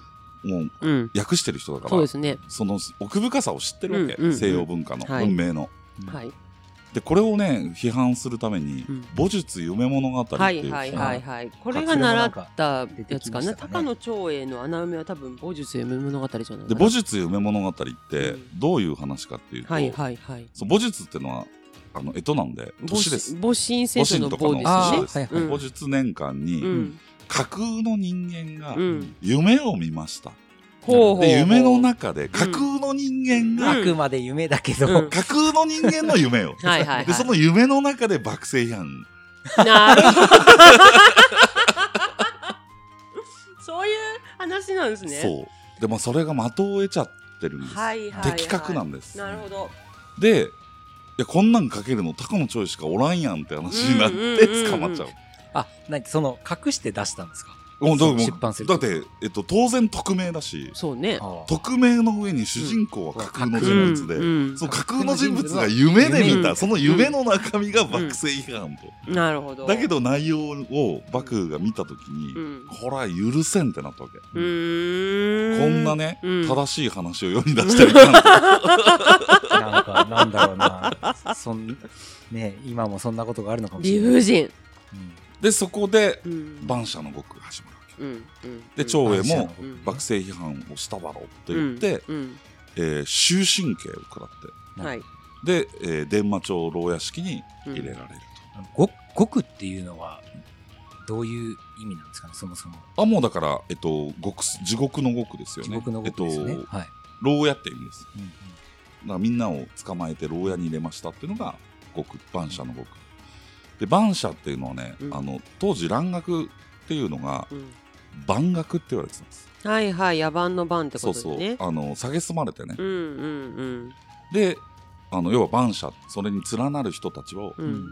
Speaker 2: もう
Speaker 1: うん
Speaker 2: 訳してる人だから
Speaker 1: そうですね
Speaker 2: その奥深さを知ってるわけ、
Speaker 1: うんうんうん
Speaker 2: 西洋文化の、
Speaker 1: はい
Speaker 2: 文明の。
Speaker 1: はい
Speaker 2: でこれをね批判するために「
Speaker 1: うん
Speaker 2: 母術夢物語」っていう、
Speaker 1: はいはいはいはいこれが習ったやつかな
Speaker 3: 活用もなんか
Speaker 1: 高野長英の穴埋めは多分「母術夢物語」じゃないかな
Speaker 2: で母術夢物語って
Speaker 1: うん
Speaker 2: どういう話かっていうと、
Speaker 1: はいはいはい
Speaker 2: そう母術ってのはあの干支なんで年です。
Speaker 1: 母神聖書の母
Speaker 2: 母神
Speaker 1: で
Speaker 2: と
Speaker 1: すよ
Speaker 2: か
Speaker 1: ね
Speaker 3: 母
Speaker 2: の
Speaker 3: ですよね
Speaker 2: そ
Speaker 1: うん
Speaker 2: うです母術年間に、
Speaker 1: うん
Speaker 2: 架空の人間が
Speaker 1: うん
Speaker 2: 夢を見ました、
Speaker 1: ほうほうほう
Speaker 2: で夢の中で架空の人間
Speaker 1: うん
Speaker 2: が、
Speaker 3: あくまで夢だけど、
Speaker 1: うん
Speaker 2: 架空の人間の夢を
Speaker 1: <laughs> はいはいはい
Speaker 2: でその夢の中で爆星批判
Speaker 1: なるほど <laughs> そういう話なんですね
Speaker 2: そうでまあそれが的を得ちゃってるんです、
Speaker 1: はいはいはい
Speaker 2: 的確なんです
Speaker 1: なるほど
Speaker 2: でいやこんなんかけるの高野ちょいしかおらんやんって話になっ
Speaker 1: うんうんうんう
Speaker 2: て
Speaker 1: ん
Speaker 2: 捕まっちゃう,、
Speaker 3: あ、なんかその、隠して出したんですか
Speaker 2: もうだからもう
Speaker 3: 出版する
Speaker 2: だって、えっと、当然匿名だし
Speaker 1: そうね
Speaker 3: あー
Speaker 2: 匿名の上に主人公は架空の
Speaker 3: う
Speaker 2: 人
Speaker 3: ん
Speaker 2: 物で、
Speaker 1: うん
Speaker 2: その架空の人物が夢で見た、
Speaker 1: うん
Speaker 2: その夢の中身が幕政批判と、
Speaker 1: うんなるほど
Speaker 2: だけど内容を幕が見た時に、
Speaker 1: うん
Speaker 2: これは許せんってなったわけ、
Speaker 1: うーん
Speaker 2: こんなね、
Speaker 1: うん
Speaker 2: 正しい話を世に出してるなん
Speaker 1: <laughs>
Speaker 3: なん
Speaker 2: て
Speaker 3: か、なんだろうな。そん、ね、今もそんなことがあるのかもし
Speaker 1: 理
Speaker 3: れない。
Speaker 1: 不尽
Speaker 3: うん
Speaker 2: でそこで
Speaker 1: うん
Speaker 2: 万社の獄が始まるわけ
Speaker 1: うんうん
Speaker 2: で長英も
Speaker 1: うん
Speaker 2: 幕政批判をしただろうって言って、
Speaker 1: うん
Speaker 2: えー終身刑を食らって
Speaker 1: うんはい
Speaker 2: で、えー伝馬町牢屋敷に入れられると、
Speaker 3: ご極っていうのはどういう意味なんですかねそもそも
Speaker 2: あもうだから、えっと、獄地獄の獄ですよ
Speaker 3: 地
Speaker 2: ね
Speaker 3: 獄の極ですよね、
Speaker 2: えっと、
Speaker 3: はい、
Speaker 2: 牢屋って意味です
Speaker 3: うんうん
Speaker 2: だからみんなを捕まえて牢屋に入れましたっていうのが獄晩舎の獄で晩舎っていうのはね、
Speaker 1: うん
Speaker 2: あの当時蘭学っていうのが
Speaker 1: うん
Speaker 2: 万学って言われてたんです
Speaker 1: はいはい野蛮の番って
Speaker 2: そ
Speaker 1: こ
Speaker 2: う
Speaker 1: とで
Speaker 2: そう
Speaker 1: ね
Speaker 2: あの蔑まれてね、
Speaker 1: うんうんうん
Speaker 2: であの要は晩舎それに連なる人たちを、
Speaker 1: う
Speaker 3: うん
Speaker 1: ん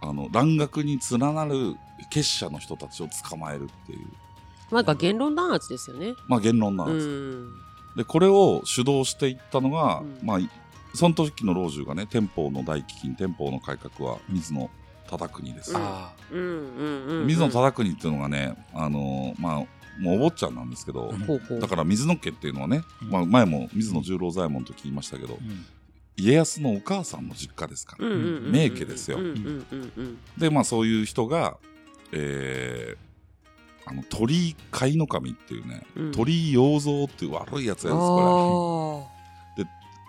Speaker 2: あの蘭学に連なる結社の人たちを捕まえるっていう
Speaker 1: なんか言論弾圧ですよね
Speaker 2: まあ言論なん
Speaker 1: う
Speaker 2: です、
Speaker 1: ん
Speaker 2: でこれを主導していったのが、
Speaker 1: うん
Speaker 2: まあいその時の老中がね天保の大飢饉天保の改革は水野忠国です、
Speaker 1: うん
Speaker 3: あ
Speaker 1: うんうんうんうん
Speaker 2: 水野忠国っていうのがねあのーまあもうお坊ちゃんなんですけど、
Speaker 3: うん
Speaker 1: ほうほう
Speaker 2: だから水野家っていうのはね、
Speaker 3: うん
Speaker 2: まあ、前も水野十郎左衛門と言いましたけど、
Speaker 3: あ、うん
Speaker 2: 家康のお母さんの実家ですから、
Speaker 1: うんうんうんうん
Speaker 2: 名家ですよ
Speaker 1: うんうんうんうん
Speaker 2: でまあそういう人がえーあの鳥居貝の神っていうね、
Speaker 1: うん
Speaker 2: 鳥居養蔵っていう悪いや
Speaker 1: あ
Speaker 2: つやですこ
Speaker 1: ー
Speaker 2: れ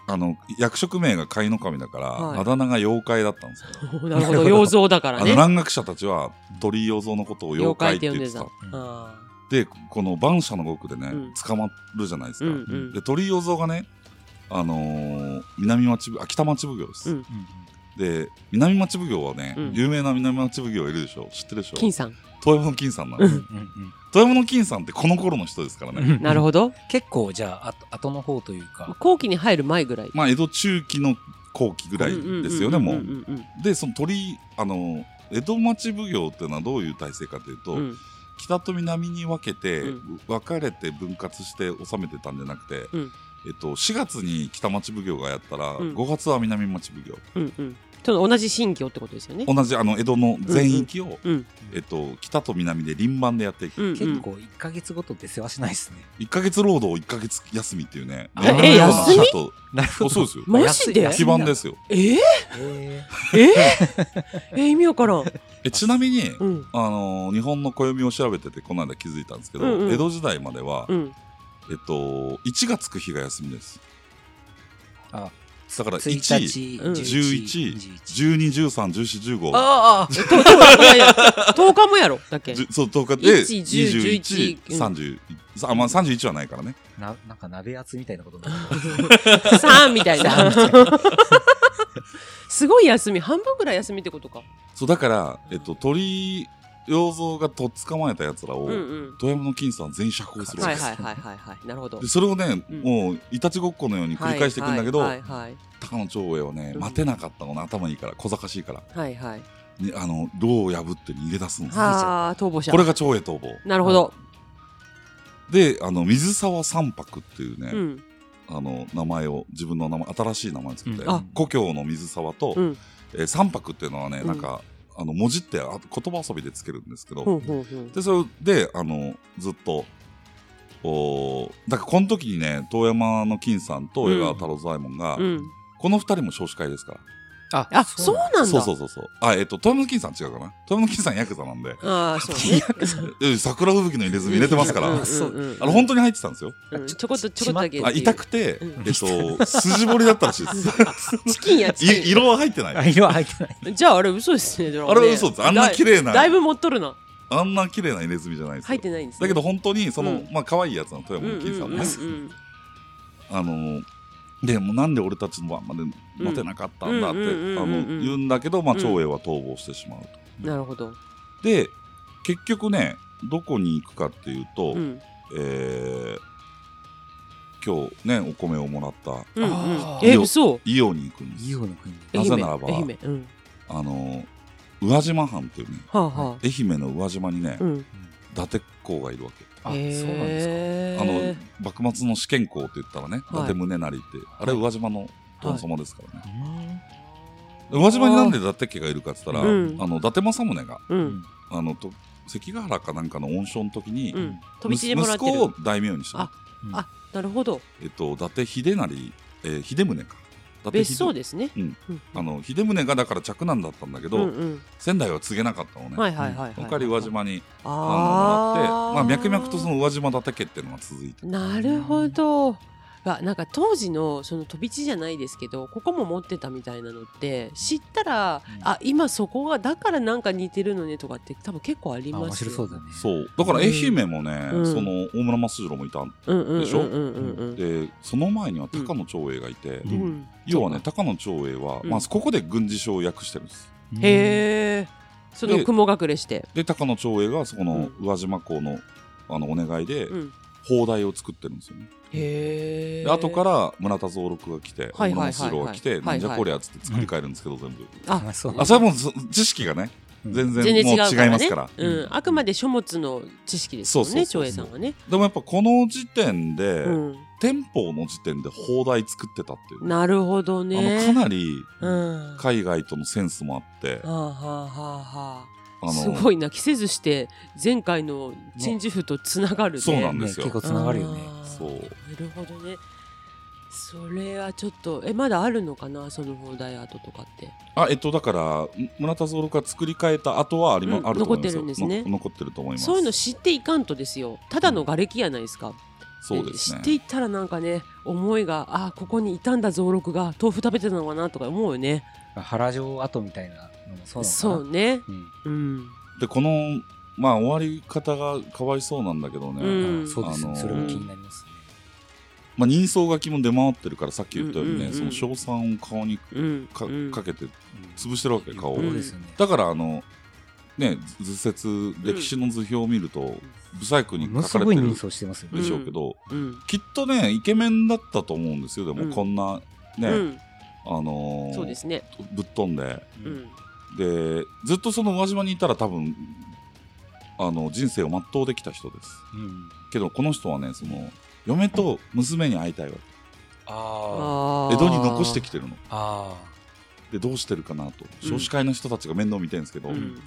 Speaker 2: あの役職名が貝の神だから、
Speaker 1: はい
Speaker 2: あだ名が妖怪だったんですよ、
Speaker 1: <laughs> なるほど妖像だから
Speaker 2: あの
Speaker 1: ね
Speaker 2: 蘭学者たちは鳥居養蔵のことを妖
Speaker 1: 妖怪
Speaker 2: 怪
Speaker 1: っ
Speaker 2: ってて
Speaker 1: 呼ん
Speaker 2: 言
Speaker 1: で
Speaker 2: って
Speaker 1: た
Speaker 2: た
Speaker 1: あ
Speaker 2: でこの晩舎の獄でね、
Speaker 1: うん
Speaker 2: 捕まるじゃないです
Speaker 1: ー
Speaker 2: か、
Speaker 1: うんうん
Speaker 2: で鳥居養蔵がねあのー南町奉あ北町奉行です、
Speaker 1: うん
Speaker 3: うんうん
Speaker 2: で南町奉行はね、
Speaker 1: うん
Speaker 2: 有名な南町奉行いるでしょ知ってるでしょ
Speaker 1: 金さん
Speaker 2: 富山の金さんなの
Speaker 3: うんうん
Speaker 2: 富山の金さんってこの頃の人ですからね、
Speaker 3: うん
Speaker 1: なるほど
Speaker 3: <laughs> 結構じゃああと後の方というか、
Speaker 1: 後期に入る前ぐらい
Speaker 2: まあ江戸中期の後期ぐらいですよねも
Speaker 1: う
Speaker 2: うん
Speaker 1: うんうん
Speaker 2: でその鳥あの江戸町奉行っていうのはどういう体制かというと、
Speaker 1: うんうん
Speaker 2: 北と南に分けて、
Speaker 1: うん
Speaker 2: 分かれて分割して治めてたんじゃなくて、
Speaker 1: うん
Speaker 2: えっと、4月に北町奉行がやった
Speaker 1: う
Speaker 2: ら、
Speaker 1: ん
Speaker 2: 5月は南町奉行
Speaker 1: うんうんちょっと同じ新教ってことですよね
Speaker 2: 同じあの江戸の全域を、
Speaker 1: うん
Speaker 2: えっと、北と南で輪番でやっていく、
Speaker 1: うんうん
Speaker 3: 結構1か月ごとって世話しないですね、 <laughs>
Speaker 2: 1か月労働1か月休みっていうね
Speaker 3: え
Speaker 2: 同じような
Speaker 1: 休み
Speaker 2: 社と
Speaker 3: なるほ
Speaker 1: <laughs>
Speaker 2: あ
Speaker 3: ど
Speaker 2: そうですよ
Speaker 1: マジで
Speaker 3: 安い
Speaker 2: 基盤ですよ
Speaker 1: えー
Speaker 3: え
Speaker 1: えー <laughs> えー意味わからん
Speaker 2: えちなみに、
Speaker 1: うん
Speaker 2: あのー日本の暦を調べててこの間気づいたんですけど、
Speaker 1: うんうん
Speaker 2: 江戸時代までは、
Speaker 1: うん
Speaker 2: えっと、1がつく日が休みです
Speaker 3: あ
Speaker 2: だから
Speaker 3: ー、1
Speaker 2: 1 1
Speaker 3: 日、
Speaker 1: うん
Speaker 2: 1
Speaker 3: 11
Speaker 2: 1 2 1 3 1 4 1 5
Speaker 1: あああとと10日もやろだっけ
Speaker 2: じゅそう10日で
Speaker 1: 1 10 11
Speaker 2: 2130、さあまあ、31はないからね
Speaker 3: <laughs> ななんか鍋厚みたいなことにな
Speaker 1: 3みたいな
Speaker 3: る
Speaker 1: <laughs> すごい休み半分ぐらい休みってことか
Speaker 2: そうだから、えっと、鳥養蔵がとっ捕まえたやつらを、
Speaker 1: うんうん
Speaker 2: 富山の金さんは全員釈放するわ
Speaker 1: は
Speaker 2: け
Speaker 1: い
Speaker 2: です、
Speaker 1: はいはいはいはいなるほど
Speaker 2: でそれをね、
Speaker 1: うん
Speaker 2: もういたちごっこのように繰り返していくんだけど、
Speaker 1: はいはい
Speaker 2: 高野長英はね
Speaker 1: うん
Speaker 2: 待てなかったのね頭いいから小賢しいから
Speaker 1: はいはいはい
Speaker 2: にあの牢を破って逃げ出すんですよ
Speaker 1: はあ逃亡者
Speaker 2: これが長英逃亡
Speaker 1: なるほど
Speaker 2: であの水沢三泊っていうね、
Speaker 1: うん
Speaker 2: あの名前を自分の名前新しい名前をつけて、
Speaker 3: うんあ
Speaker 2: 故郷の水沢と、
Speaker 1: うん
Speaker 2: えー三泊っていうのはね、
Speaker 1: うん
Speaker 2: なんかあの文字ってあ言葉遊びでつけるんですけど、
Speaker 1: ほうほうほう
Speaker 2: でそれであのずっとおーだからこの時にね遠山の金さんと江川太郎左衛門が、
Speaker 1: うん
Speaker 2: この二人も少子会ですから
Speaker 3: あ
Speaker 1: あそうなんだ
Speaker 2: そうそうそうそうあえっ、と遠山の金さん違うかな遠山の金さんヤクザなんで
Speaker 1: ああそうね
Speaker 2: え桜吹雪の入れ墨入れてますから、
Speaker 1: うん
Speaker 2: あ
Speaker 1: うんうん
Speaker 2: の本当に入ってたんですよ
Speaker 1: うんちょこっとちょこっとだけ
Speaker 2: あ痛くて、えっと、筋彫りだったらしいです。
Speaker 1: チキンやチ
Speaker 2: い
Speaker 1: キ
Speaker 2: 色は入ってない。
Speaker 3: あ色は入ってない
Speaker 1: ンじゃああれ嘘ですね
Speaker 2: あれは嘘です。あんな綺
Speaker 1: 麗
Speaker 2: 麗
Speaker 1: だだ、
Speaker 2: ない
Speaker 1: ぶ持っとるな
Speaker 2: あんな綺麗な入れ墨じゃないです
Speaker 1: 入っ
Speaker 2: よ。
Speaker 1: てないんです
Speaker 2: だけ
Speaker 1: ど
Speaker 2: ど本当に、その、
Speaker 1: うん
Speaker 2: まあ、可愛いやつの富
Speaker 1: うんう
Speaker 2: 山の金さん
Speaker 1: んうんう
Speaker 2: もね、
Speaker 1: ん
Speaker 2: あのー、でもうなんで俺たちの番まで待てなかったんだって、
Speaker 1: うん
Speaker 2: あ
Speaker 1: うんうん
Speaker 2: の
Speaker 1: うんうん、
Speaker 2: 言うんだけど、まあ、
Speaker 1: うん
Speaker 2: 長英は逃亡してしまうと。
Speaker 1: なるほど
Speaker 2: で、結局ね、どこに行くかっていうと、
Speaker 1: うん
Speaker 2: えー今日ね、お米をもらった
Speaker 1: うんうん
Speaker 3: あー
Speaker 1: え嘘
Speaker 2: イオに行くんです
Speaker 3: イオの国
Speaker 1: 愛
Speaker 2: な
Speaker 1: 媛
Speaker 2: ぜならば
Speaker 1: 愛媛うん
Speaker 2: あのー宇和島藩っていうね
Speaker 1: はあは
Speaker 2: 愛媛の宇和島にね、
Speaker 1: あうん
Speaker 2: 伊達公がいるわけ。
Speaker 3: あ、そうなんですか。
Speaker 2: あの
Speaker 1: へ
Speaker 2: 幕末の試験校って言ったらね、伊
Speaker 1: はい
Speaker 2: 達宗成ってあれ宇和島の殿様ですからね、
Speaker 3: うん
Speaker 2: 宇和島になんで伊達家がいるかって言ったら、
Speaker 1: うん
Speaker 2: あの伊達政宗が
Speaker 1: ーうん
Speaker 2: あのと関ヶ原かなんかの恩賞の時に、
Speaker 1: うん飛び地で
Speaker 2: む
Speaker 1: もらっ
Speaker 2: 息
Speaker 1: て
Speaker 2: 子
Speaker 1: る
Speaker 2: を大名にしたの
Speaker 1: ああなるほど
Speaker 2: えっと、伊達秀成、えー秀宗か伊達秀
Speaker 1: 別荘ですね
Speaker 2: うん
Speaker 1: うん
Speaker 2: あの秀宗がだから嫡男だったんだけ
Speaker 1: う
Speaker 2: ど、
Speaker 1: んうん
Speaker 2: 仙台は告げなかったのね、
Speaker 1: はいはいはい
Speaker 2: その代わり宇和島にあの
Speaker 1: あ
Speaker 2: もら
Speaker 1: ー
Speaker 2: ってまあ、脈々とその宇和島伊達家っていうのが続いて
Speaker 1: なるほどがなんか当時のその飛び地じゃないですけどここも持ってたみたいなのって知ったら、
Speaker 3: うん
Speaker 1: あ今そこがだからなんか似てるのねとかって多分結構あり
Speaker 3: あ
Speaker 1: ますよ
Speaker 3: 面白そうだね。
Speaker 2: そうだから愛媛もね、
Speaker 1: うん
Speaker 2: その大村益次郎もいたん
Speaker 1: うんうんうんうんうん
Speaker 2: でしょ
Speaker 1: うん
Speaker 2: でその前には高野長英がいて、
Speaker 3: う
Speaker 1: うんん
Speaker 2: 要はね高野長英は、
Speaker 1: うん
Speaker 2: まあ、ここで軍事省を訳してるんです
Speaker 3: うん
Speaker 1: へえその
Speaker 2: で
Speaker 1: 雲隠れして
Speaker 2: で高野長英がそこの
Speaker 1: う
Speaker 2: 宇和島港のあのお願いで
Speaker 1: うん
Speaker 2: 砲台を作ってるんですよね、
Speaker 1: へえ
Speaker 2: で後から村田蔵六が来て
Speaker 1: は
Speaker 2: 大
Speaker 1: いはいはいは
Speaker 2: 村
Speaker 1: い
Speaker 2: 益次郎が来て、
Speaker 1: はいはい
Speaker 2: なんじゃこりゃっつって作り変えるんですけど、全部
Speaker 1: あ
Speaker 3: あ、そう。
Speaker 2: あそれはもうそ知識がね
Speaker 3: うん
Speaker 2: 全然
Speaker 1: 全然
Speaker 2: も
Speaker 1: 違
Speaker 2: う
Speaker 1: うから、ね、
Speaker 2: 違いますから
Speaker 1: うん、あくまで書物の知識ですもんね
Speaker 2: そう
Speaker 1: 長
Speaker 2: そう
Speaker 1: 英
Speaker 2: そ
Speaker 1: さ
Speaker 2: うそうん
Speaker 1: はね、
Speaker 2: でもやっぱこの時点で、
Speaker 1: うん、
Speaker 2: 店舗の時点で砲台作ってたっていう、
Speaker 1: なるほどね
Speaker 2: あのかなり
Speaker 1: うんは
Speaker 2: 海外とのセンスもあって、
Speaker 1: あ、はあはあはあ
Speaker 2: あの
Speaker 1: すごいな着せずして前回の陳事府とつながるね
Speaker 2: そうなん
Speaker 3: ね
Speaker 2: ですよ
Speaker 3: 結構つながるよね。
Speaker 1: あー
Speaker 2: そう
Speaker 1: なるほどねそれはちょっとえまだあるのかなその放題跡とかって
Speaker 2: あえっとだからむ村田蔵六が作り変えた後はあり、ま
Speaker 1: うん
Speaker 2: あると思います
Speaker 1: 残って
Speaker 2: よ
Speaker 1: るんですね
Speaker 2: の残ってると思います
Speaker 1: そういうの知っていかんとですよただの瓦礫やないですか、
Speaker 2: そうですね
Speaker 1: 知っていったらなんかね思いがあーここにいたんだ蔵六が豆腐食べてたのかなとか思うよね
Speaker 3: 原城跡みたいなのもそうなのかな。
Speaker 1: そうね
Speaker 3: うん。
Speaker 1: うん
Speaker 2: でこのまあ終わり方がかわいそうなんだけどね、
Speaker 1: うん
Speaker 3: あそうです
Speaker 2: あの
Speaker 3: ね。
Speaker 2: ー
Speaker 3: それも気になりますね。
Speaker 2: まあ、人相書きも出回ってるからさっき言ったようにね、
Speaker 1: うんうんうん
Speaker 2: その賞賛を顔に
Speaker 1: うん
Speaker 2: か,、
Speaker 1: うん
Speaker 2: かけて
Speaker 3: うん
Speaker 2: 潰してるわけ顔を、
Speaker 3: そうですよね。
Speaker 2: だからあのね図説歴史の図表を見ると、ブサイクに
Speaker 3: もの
Speaker 2: 書
Speaker 3: す
Speaker 2: かれ
Speaker 3: ご
Speaker 2: て
Speaker 3: い
Speaker 2: る
Speaker 3: 人
Speaker 2: で
Speaker 3: 相してますよね。
Speaker 2: しょうけど、
Speaker 1: うん
Speaker 2: きっとねイケメンだったと思うんですよでも、
Speaker 1: うん
Speaker 2: こんな
Speaker 1: う
Speaker 2: ね、
Speaker 1: ん
Speaker 2: あのー
Speaker 1: そうですね
Speaker 2: ぶっ飛んで
Speaker 1: うん
Speaker 2: でずっとその宇和島にいたら多分あの人生を全うできた人です
Speaker 3: うん。
Speaker 2: けどこの人はねその嫁と娘に会いたいわ
Speaker 3: あ
Speaker 1: あー
Speaker 2: 江戸に残してきてるの
Speaker 3: あ。あ
Speaker 2: でどうしてるかなと
Speaker 1: うん
Speaker 2: 少子化の人たちが面倒見てるんですけど、
Speaker 1: う
Speaker 3: あ。
Speaker 1: ん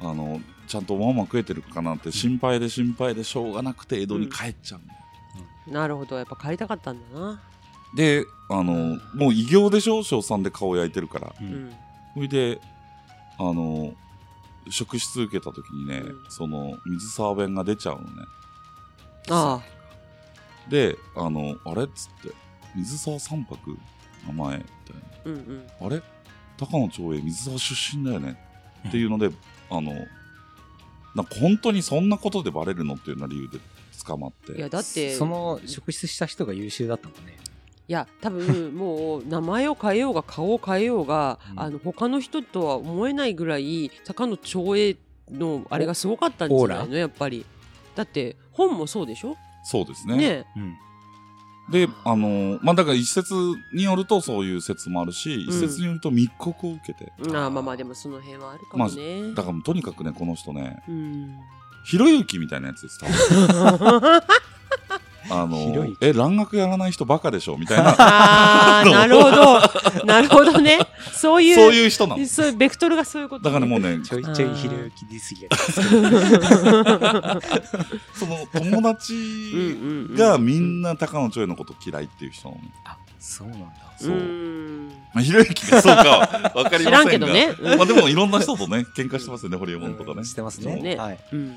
Speaker 2: あのちゃんとまんま食えてるかなって心配で心配でしょうがなくて江戸に帰っちゃう、
Speaker 1: なるほどやっぱ帰りたかったんだな
Speaker 2: であのもう偉業でしょ小んで顔焼いてるから
Speaker 3: う。
Speaker 1: うんん
Speaker 2: それであの職質受けた時にね、
Speaker 1: うん
Speaker 2: その水沢弁が出ちゃうのね
Speaker 1: あ
Speaker 2: であのあれっつって水沢三泊名前みたいな
Speaker 1: あうんうん
Speaker 2: あれ高野長英水沢出身だよねっていうので、あのなんか本当にそんなことでバレるのっていうような理由で捕まっ
Speaker 1: いや
Speaker 2: て
Speaker 1: だって
Speaker 3: その職質した人が優秀だったのね。
Speaker 1: いや多分もう名前を変えようが顔を変えようが、
Speaker 3: うん
Speaker 1: あの他の人とは思えないぐらい高野長英のあれがすごかったんじゃな
Speaker 3: オ
Speaker 1: い
Speaker 3: ー
Speaker 1: のやっぱりだって本もそうでしょ
Speaker 2: そうですね
Speaker 1: ね
Speaker 3: うん。
Speaker 2: であのまあだから一説によるとそういう説もあるし一説によると密告を受けて、
Speaker 1: ああまあまあでもその辺はあるかもね、
Speaker 2: だからもうとにかくねこの人ね
Speaker 1: うん
Speaker 2: ひろゆきみたいなやつです多分あ
Speaker 3: ひろゆ
Speaker 2: の
Speaker 3: き
Speaker 2: え蘭学やらない人バカでしょみたいなそ
Speaker 1: あ
Speaker 2: <laughs>
Speaker 1: あなるほどなるほどねそう
Speaker 2: う
Speaker 1: いう
Speaker 2: いう人なの
Speaker 1: そういうベクトルがそういうこと
Speaker 2: だからも
Speaker 1: <laughs>
Speaker 2: うね
Speaker 3: ちょいちょいひろゆきディスギ
Speaker 2: その友
Speaker 1: う
Speaker 2: 達
Speaker 1: んうんうん
Speaker 2: がみんな高野ちょいのこと嫌いっていう人なのね
Speaker 3: あ、そうなんだ。
Speaker 2: <laughs> そううんまあひろゆきがそうかは分か
Speaker 1: 知
Speaker 2: りま
Speaker 1: ら
Speaker 2: せん
Speaker 1: んけど
Speaker 2: が
Speaker 1: ねうん
Speaker 2: まあでもいろんな人とね喧嘩してますよねホリエモンとかね
Speaker 3: してます
Speaker 2: そう
Speaker 3: ね。
Speaker 1: ね
Speaker 3: はい。
Speaker 1: うん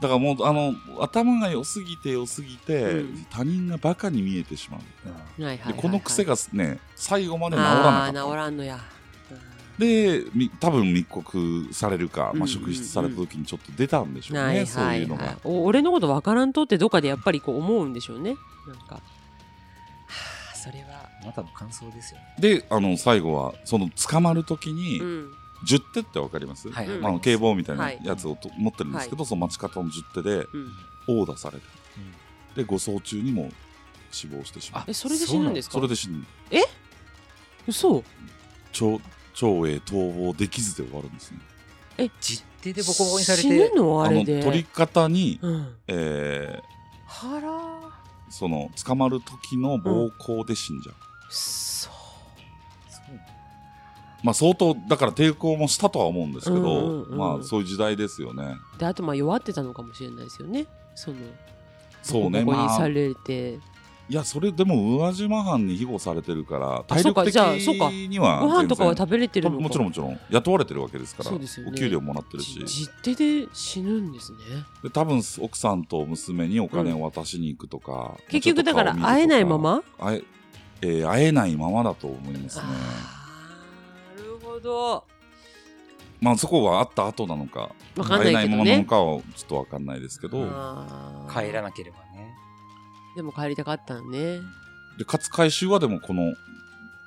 Speaker 2: だからもうあの頭が良すぎて良すぎて、
Speaker 1: うん
Speaker 2: 他人がバカに見えてしまう
Speaker 3: うん
Speaker 1: はいはいはいはい
Speaker 2: でこの癖がね最後まで治ら
Speaker 1: あ
Speaker 2: な
Speaker 1: ー
Speaker 2: か
Speaker 1: 治
Speaker 2: っ
Speaker 1: らんのや、
Speaker 2: たでみ多分密告されるか、
Speaker 1: うんうんう
Speaker 2: まあ、
Speaker 1: ん
Speaker 2: 職質された時にちょっと出たんでしょうね、
Speaker 1: はい
Speaker 2: そう
Speaker 1: はいいう
Speaker 2: のが、
Speaker 1: はいお俺のこと分からんとってどっかでやっぱりこう思うんでしょうねなんかはあそれは
Speaker 3: あなたの感想ですよね。
Speaker 2: であの最後はその捕まる時に、
Speaker 1: うん
Speaker 2: 十手ってわかります、
Speaker 3: はい
Speaker 1: うん
Speaker 2: まあ、
Speaker 3: はい
Speaker 2: 警棒みたいなやつをと、持ってるんですけど、その待ち方の十手で
Speaker 1: うん
Speaker 2: 殴打されてで護送中にも死亡してしまう
Speaker 3: あ
Speaker 1: えそれで死ぬんです
Speaker 2: そ
Speaker 1: か
Speaker 2: れで死ぬ
Speaker 1: 嘘
Speaker 2: 長長英逃亡できずで終わるんですね
Speaker 3: 実手でボコボコにされ
Speaker 1: 死ぬ
Speaker 3: て
Speaker 1: のあ
Speaker 2: あ
Speaker 1: れ
Speaker 2: の
Speaker 1: で
Speaker 2: 取り方に、
Speaker 1: うん
Speaker 2: え
Speaker 1: はら
Speaker 2: ーその捕まる時の暴行で死んじゃう、
Speaker 1: そう
Speaker 2: まあ相当だから抵抗もしたとは思うんですけ
Speaker 1: う
Speaker 2: ど、
Speaker 1: んうんうん
Speaker 2: まあそういう時代ですよね
Speaker 1: であとまあ弱ってたのかもしれないですよねその
Speaker 2: そうね
Speaker 1: ボコボコに
Speaker 2: まあ
Speaker 1: されて、
Speaker 2: いやそれでも宇和島藩に庇護されてるから体
Speaker 1: そう
Speaker 2: 力
Speaker 1: か
Speaker 2: 的
Speaker 1: じゃあそうか
Speaker 2: には
Speaker 1: ご飯とかは
Speaker 2: 全然
Speaker 1: 食べれてるのか
Speaker 2: もちろんもちろん雇われてるわけですから
Speaker 1: そうですよね
Speaker 2: お給料もらってるし
Speaker 1: じ実手で死ぬんですね
Speaker 2: で多分奥さんと娘にお金を渡しに行くとか、
Speaker 1: 結局だから
Speaker 2: もうちょっと顔
Speaker 1: 会え
Speaker 2: 見ると
Speaker 1: ないまま
Speaker 2: 会え,、えー会えないままだと思いますね
Speaker 1: あーなるほど
Speaker 2: まあそこは会った後なのか
Speaker 1: わかんないけどね
Speaker 2: 会えないままなのかはちょっとわかんないですけど
Speaker 1: あー
Speaker 3: 帰らなければね
Speaker 1: でも帰りたかったんね
Speaker 2: でかつ回収はでもこの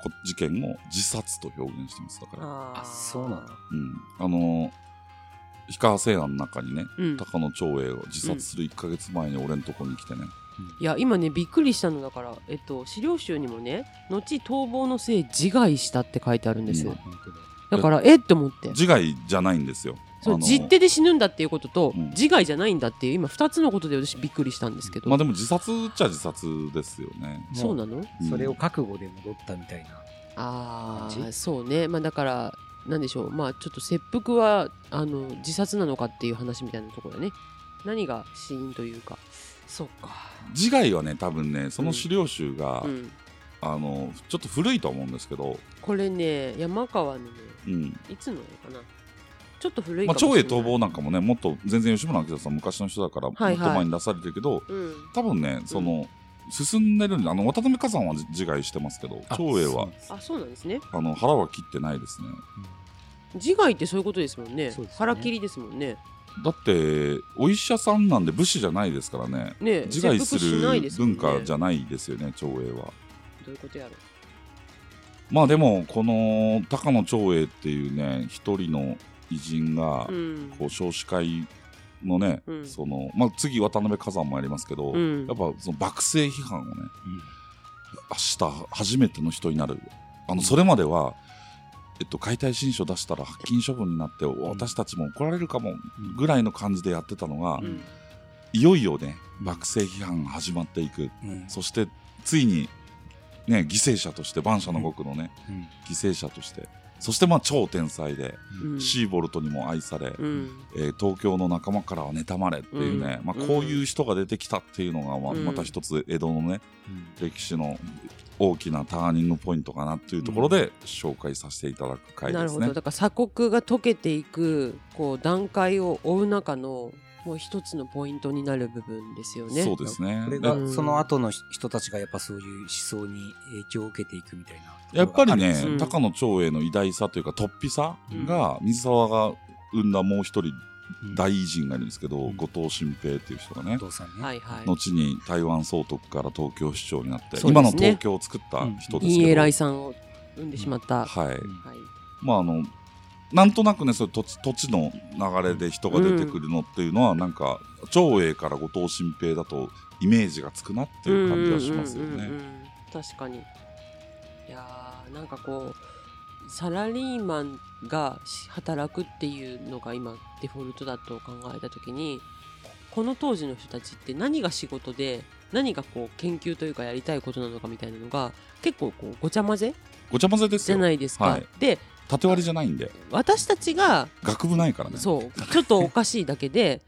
Speaker 2: こ事件を自殺と表現してますだから
Speaker 1: あー
Speaker 3: あそうなの
Speaker 2: うんあのー氷川製案の中にね
Speaker 1: うん
Speaker 2: 高野長英を自殺する1か月前に俺のとこに来てね、
Speaker 1: いや今ねびっくりしたのだから、えっと、資料集にもね後逃亡のせい自害したって書いてあるんですよ、
Speaker 2: うん
Speaker 3: 本当だ
Speaker 1: だからえっと思って
Speaker 2: 自害じゃないんですよ
Speaker 1: そう
Speaker 2: あのー
Speaker 1: 実手で死ぬんだっていうことと、
Speaker 2: うん
Speaker 1: 自害じゃないんだっていう今2つのことで私びっくりしたんですけど、
Speaker 2: まあでも自殺っちゃ自殺ですよね
Speaker 1: そうなの
Speaker 2: うん
Speaker 3: それを覚悟で戻ったみたいな、
Speaker 1: あ
Speaker 3: 感
Speaker 1: あそうねまあだからなんでしょうまあちょっと切腹はあの自殺なのかっていう話みたいなところだね何が死因というかそうか
Speaker 2: 自害はね多分ねその資料集が、
Speaker 1: うん
Speaker 2: あのちょっと古いと思うんですけど、
Speaker 1: これね山川のね
Speaker 2: うん
Speaker 1: いつの絵かなちょっと古い
Speaker 2: ま
Speaker 1: か
Speaker 2: あ、
Speaker 1: もしれな
Speaker 2: 長英
Speaker 1: い、
Speaker 2: 逃亡なんかもねもっと全然吉村明さん昔の人だからもっと
Speaker 1: はいはい
Speaker 2: 前に出されてるけど、
Speaker 1: うん
Speaker 2: 多分ねその、進んでるんであの渡辺崋山は自自害してますけど長英は
Speaker 1: あそうなんですね
Speaker 2: あの腹は切ってないですね
Speaker 1: 自害ってそういうことですもんね
Speaker 3: そうですね
Speaker 1: 腹切りですもんね
Speaker 2: だってお医者さんなんで武士じゃないですからね
Speaker 1: ね
Speaker 2: 自害す
Speaker 1: 切腹しないで
Speaker 2: る
Speaker 1: すもん
Speaker 2: 文
Speaker 1: ね
Speaker 2: 化じゃないですよね長英は
Speaker 1: どういうことやろ
Speaker 2: まあでもこの高野長英っていうね一人の偉人が
Speaker 1: う、うん
Speaker 2: こう少子化のね、
Speaker 1: うん
Speaker 2: そのまあ、次渡辺崋山もやりますけど、
Speaker 1: うん
Speaker 2: やっぱその幕政批判をねした初めての人になるあのそれまでは、えっと、解体新書出したら発禁処分になって私たちも怒られるかも
Speaker 3: うん
Speaker 2: ぐらいの感じでやってたのが、
Speaker 1: うん
Speaker 2: いよいよね幕政批判が始まっていく
Speaker 3: うん
Speaker 2: そしてついに、ね、犠牲者として万社の国のね、犠牲者としてそしてまあ超天才で、
Speaker 1: うん
Speaker 2: シーボルトにも愛され、
Speaker 1: うん
Speaker 2: えー東京の仲間からは妬まれっていうね、
Speaker 1: うん
Speaker 2: まあ、こういう人が出てきたっていうのがまあ
Speaker 1: うん
Speaker 2: また一つ江戸のね歴史の大きなターニングポイントかなっていうところで紹介させていただく回
Speaker 1: な
Speaker 2: で
Speaker 1: る
Speaker 2: す
Speaker 1: ほ
Speaker 2: ね
Speaker 1: ど。だから鎖国が解けていくこう段階を追う中のもう一つのポイントになる部分ですよね。
Speaker 2: そうですね
Speaker 3: これ
Speaker 2: で
Speaker 1: う
Speaker 3: が
Speaker 1: ん
Speaker 3: その後の人たちがやっぱそういう思想に影響を受けていくみたいな
Speaker 2: やっぱり
Speaker 3: あるんですよ
Speaker 1: う
Speaker 2: ね
Speaker 1: ん
Speaker 2: 高野長英の偉大さというか突飛さが水沢が生んだもう一人大偉人がいるんですけど、
Speaker 3: うん
Speaker 2: 後藤新平っていう人がね
Speaker 3: お父さんね、
Speaker 1: はいはい。
Speaker 2: 後に台湾総督から東京市長になって、
Speaker 1: そうですね
Speaker 2: 今の東京を作った人です
Speaker 1: 陰
Speaker 2: け
Speaker 1: 影
Speaker 2: ど、
Speaker 1: 来さんを生んでしまった。は
Speaker 2: はい、
Speaker 3: うん
Speaker 1: い。
Speaker 2: まああのなんとなくねそういう土地土地の流れで人が出てくるのっていうのは、なんか長英から後藤新平だとイメージがつくなっていう感じがしますよ
Speaker 1: うんうんうんう
Speaker 2: ね。
Speaker 1: ん確かに。いやーなんかこうサラリーマンがし働くっていうのが今デフォルトだと考えた時にこの当時の人たちって何が仕事で何がこう研究というかやりたいことなのかみたいなのが結構こうごちゃ混ぜ
Speaker 2: ごちゃ混ぜです
Speaker 1: じゃ
Speaker 2: よ
Speaker 1: ないですか。
Speaker 2: はい
Speaker 1: で
Speaker 2: 縦割りじゃないんで
Speaker 1: 私たちが
Speaker 2: 学部ないから <laughs> ね。
Speaker 1: そうちょっとおかしいだけで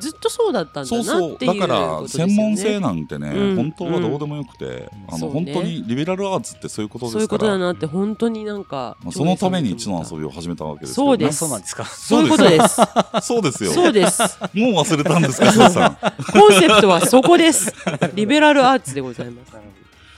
Speaker 1: ずっとそうだったんだ
Speaker 2: そう
Speaker 1: な
Speaker 2: そう
Speaker 1: っていう
Speaker 2: だ
Speaker 1: ことですよね。
Speaker 2: から専門性
Speaker 1: の
Speaker 2: なんてね、
Speaker 1: うん
Speaker 2: 本当はどうでもよくて、あ
Speaker 1: そ
Speaker 2: の
Speaker 1: う
Speaker 2: 本
Speaker 1: ね
Speaker 2: 当にリベラルアーツってそういうこと
Speaker 1: そうい
Speaker 2: で
Speaker 1: う
Speaker 2: す
Speaker 1: こ
Speaker 2: か
Speaker 1: とだ
Speaker 2: ら
Speaker 1: なって本当になんか
Speaker 2: まあそのために一の
Speaker 1: の
Speaker 2: 遊びを始めたわけです
Speaker 1: そうで
Speaker 3: あ
Speaker 1: す
Speaker 3: そうなんですか
Speaker 1: そういうことです。
Speaker 2: すそうですよ
Speaker 1: そうです。
Speaker 2: もう忘れたんで
Speaker 1: <laughs>
Speaker 2: すかそうさん
Speaker 1: コンセプトはそこです。リベラルアーツでございます。
Speaker 3: なるほど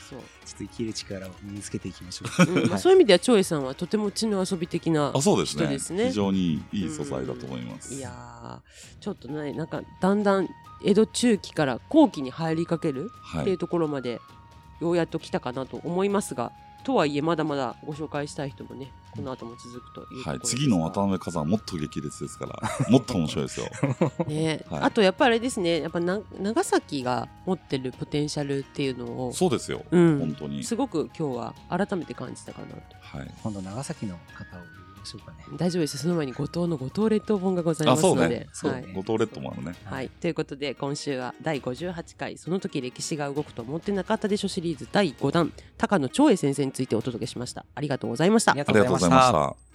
Speaker 1: そう。
Speaker 3: ちょっと生きる力を身につけていきましょう。
Speaker 1: うんま
Speaker 3: は
Speaker 1: あ、
Speaker 3: い
Speaker 1: そういう意味では、長井さんはとても血の遊び的な
Speaker 2: あ。そうです
Speaker 1: 人
Speaker 2: ね
Speaker 1: ですね
Speaker 2: 非常にいい素材だと思います、
Speaker 1: いやー、ちょっとね、なんか、だんだん江戸中期から後期に入りかける
Speaker 2: は
Speaker 1: ってい
Speaker 2: いう
Speaker 1: ところまで、ようやっと来たかなと思いますが、とはいえ、まだまだご紹介したい人もね、この後も続くというとこ
Speaker 2: は
Speaker 1: ろ
Speaker 2: い、
Speaker 1: ですが
Speaker 2: 次の渡辺崋山もっと激烈で
Speaker 1: <laughs>
Speaker 2: すからもっと面白いですよ
Speaker 1: ね、
Speaker 2: はい
Speaker 1: あとやっぱりあれですね、やっぱな長崎が持ってるポテンシャルっていうのを、
Speaker 2: そうですよ、
Speaker 1: うん
Speaker 2: 本当に、
Speaker 1: すごく今日は改めて感じたかなと。
Speaker 2: はい、
Speaker 3: 今度長崎の方を呼びまましょうかね。
Speaker 1: 大丈夫ですその前に後藤の後藤列島本がございますの
Speaker 2: あそう
Speaker 1: で
Speaker 2: ね
Speaker 3: そう
Speaker 1: はい
Speaker 3: ね
Speaker 2: 五島列島もあるね。
Speaker 1: はい、ということで今週は第58回「その時歴史が動くと思ってなかったでしょ」シリーズ第5弾高野長英先生についてお届けしましたありがとうございました
Speaker 2: ありがとうございました。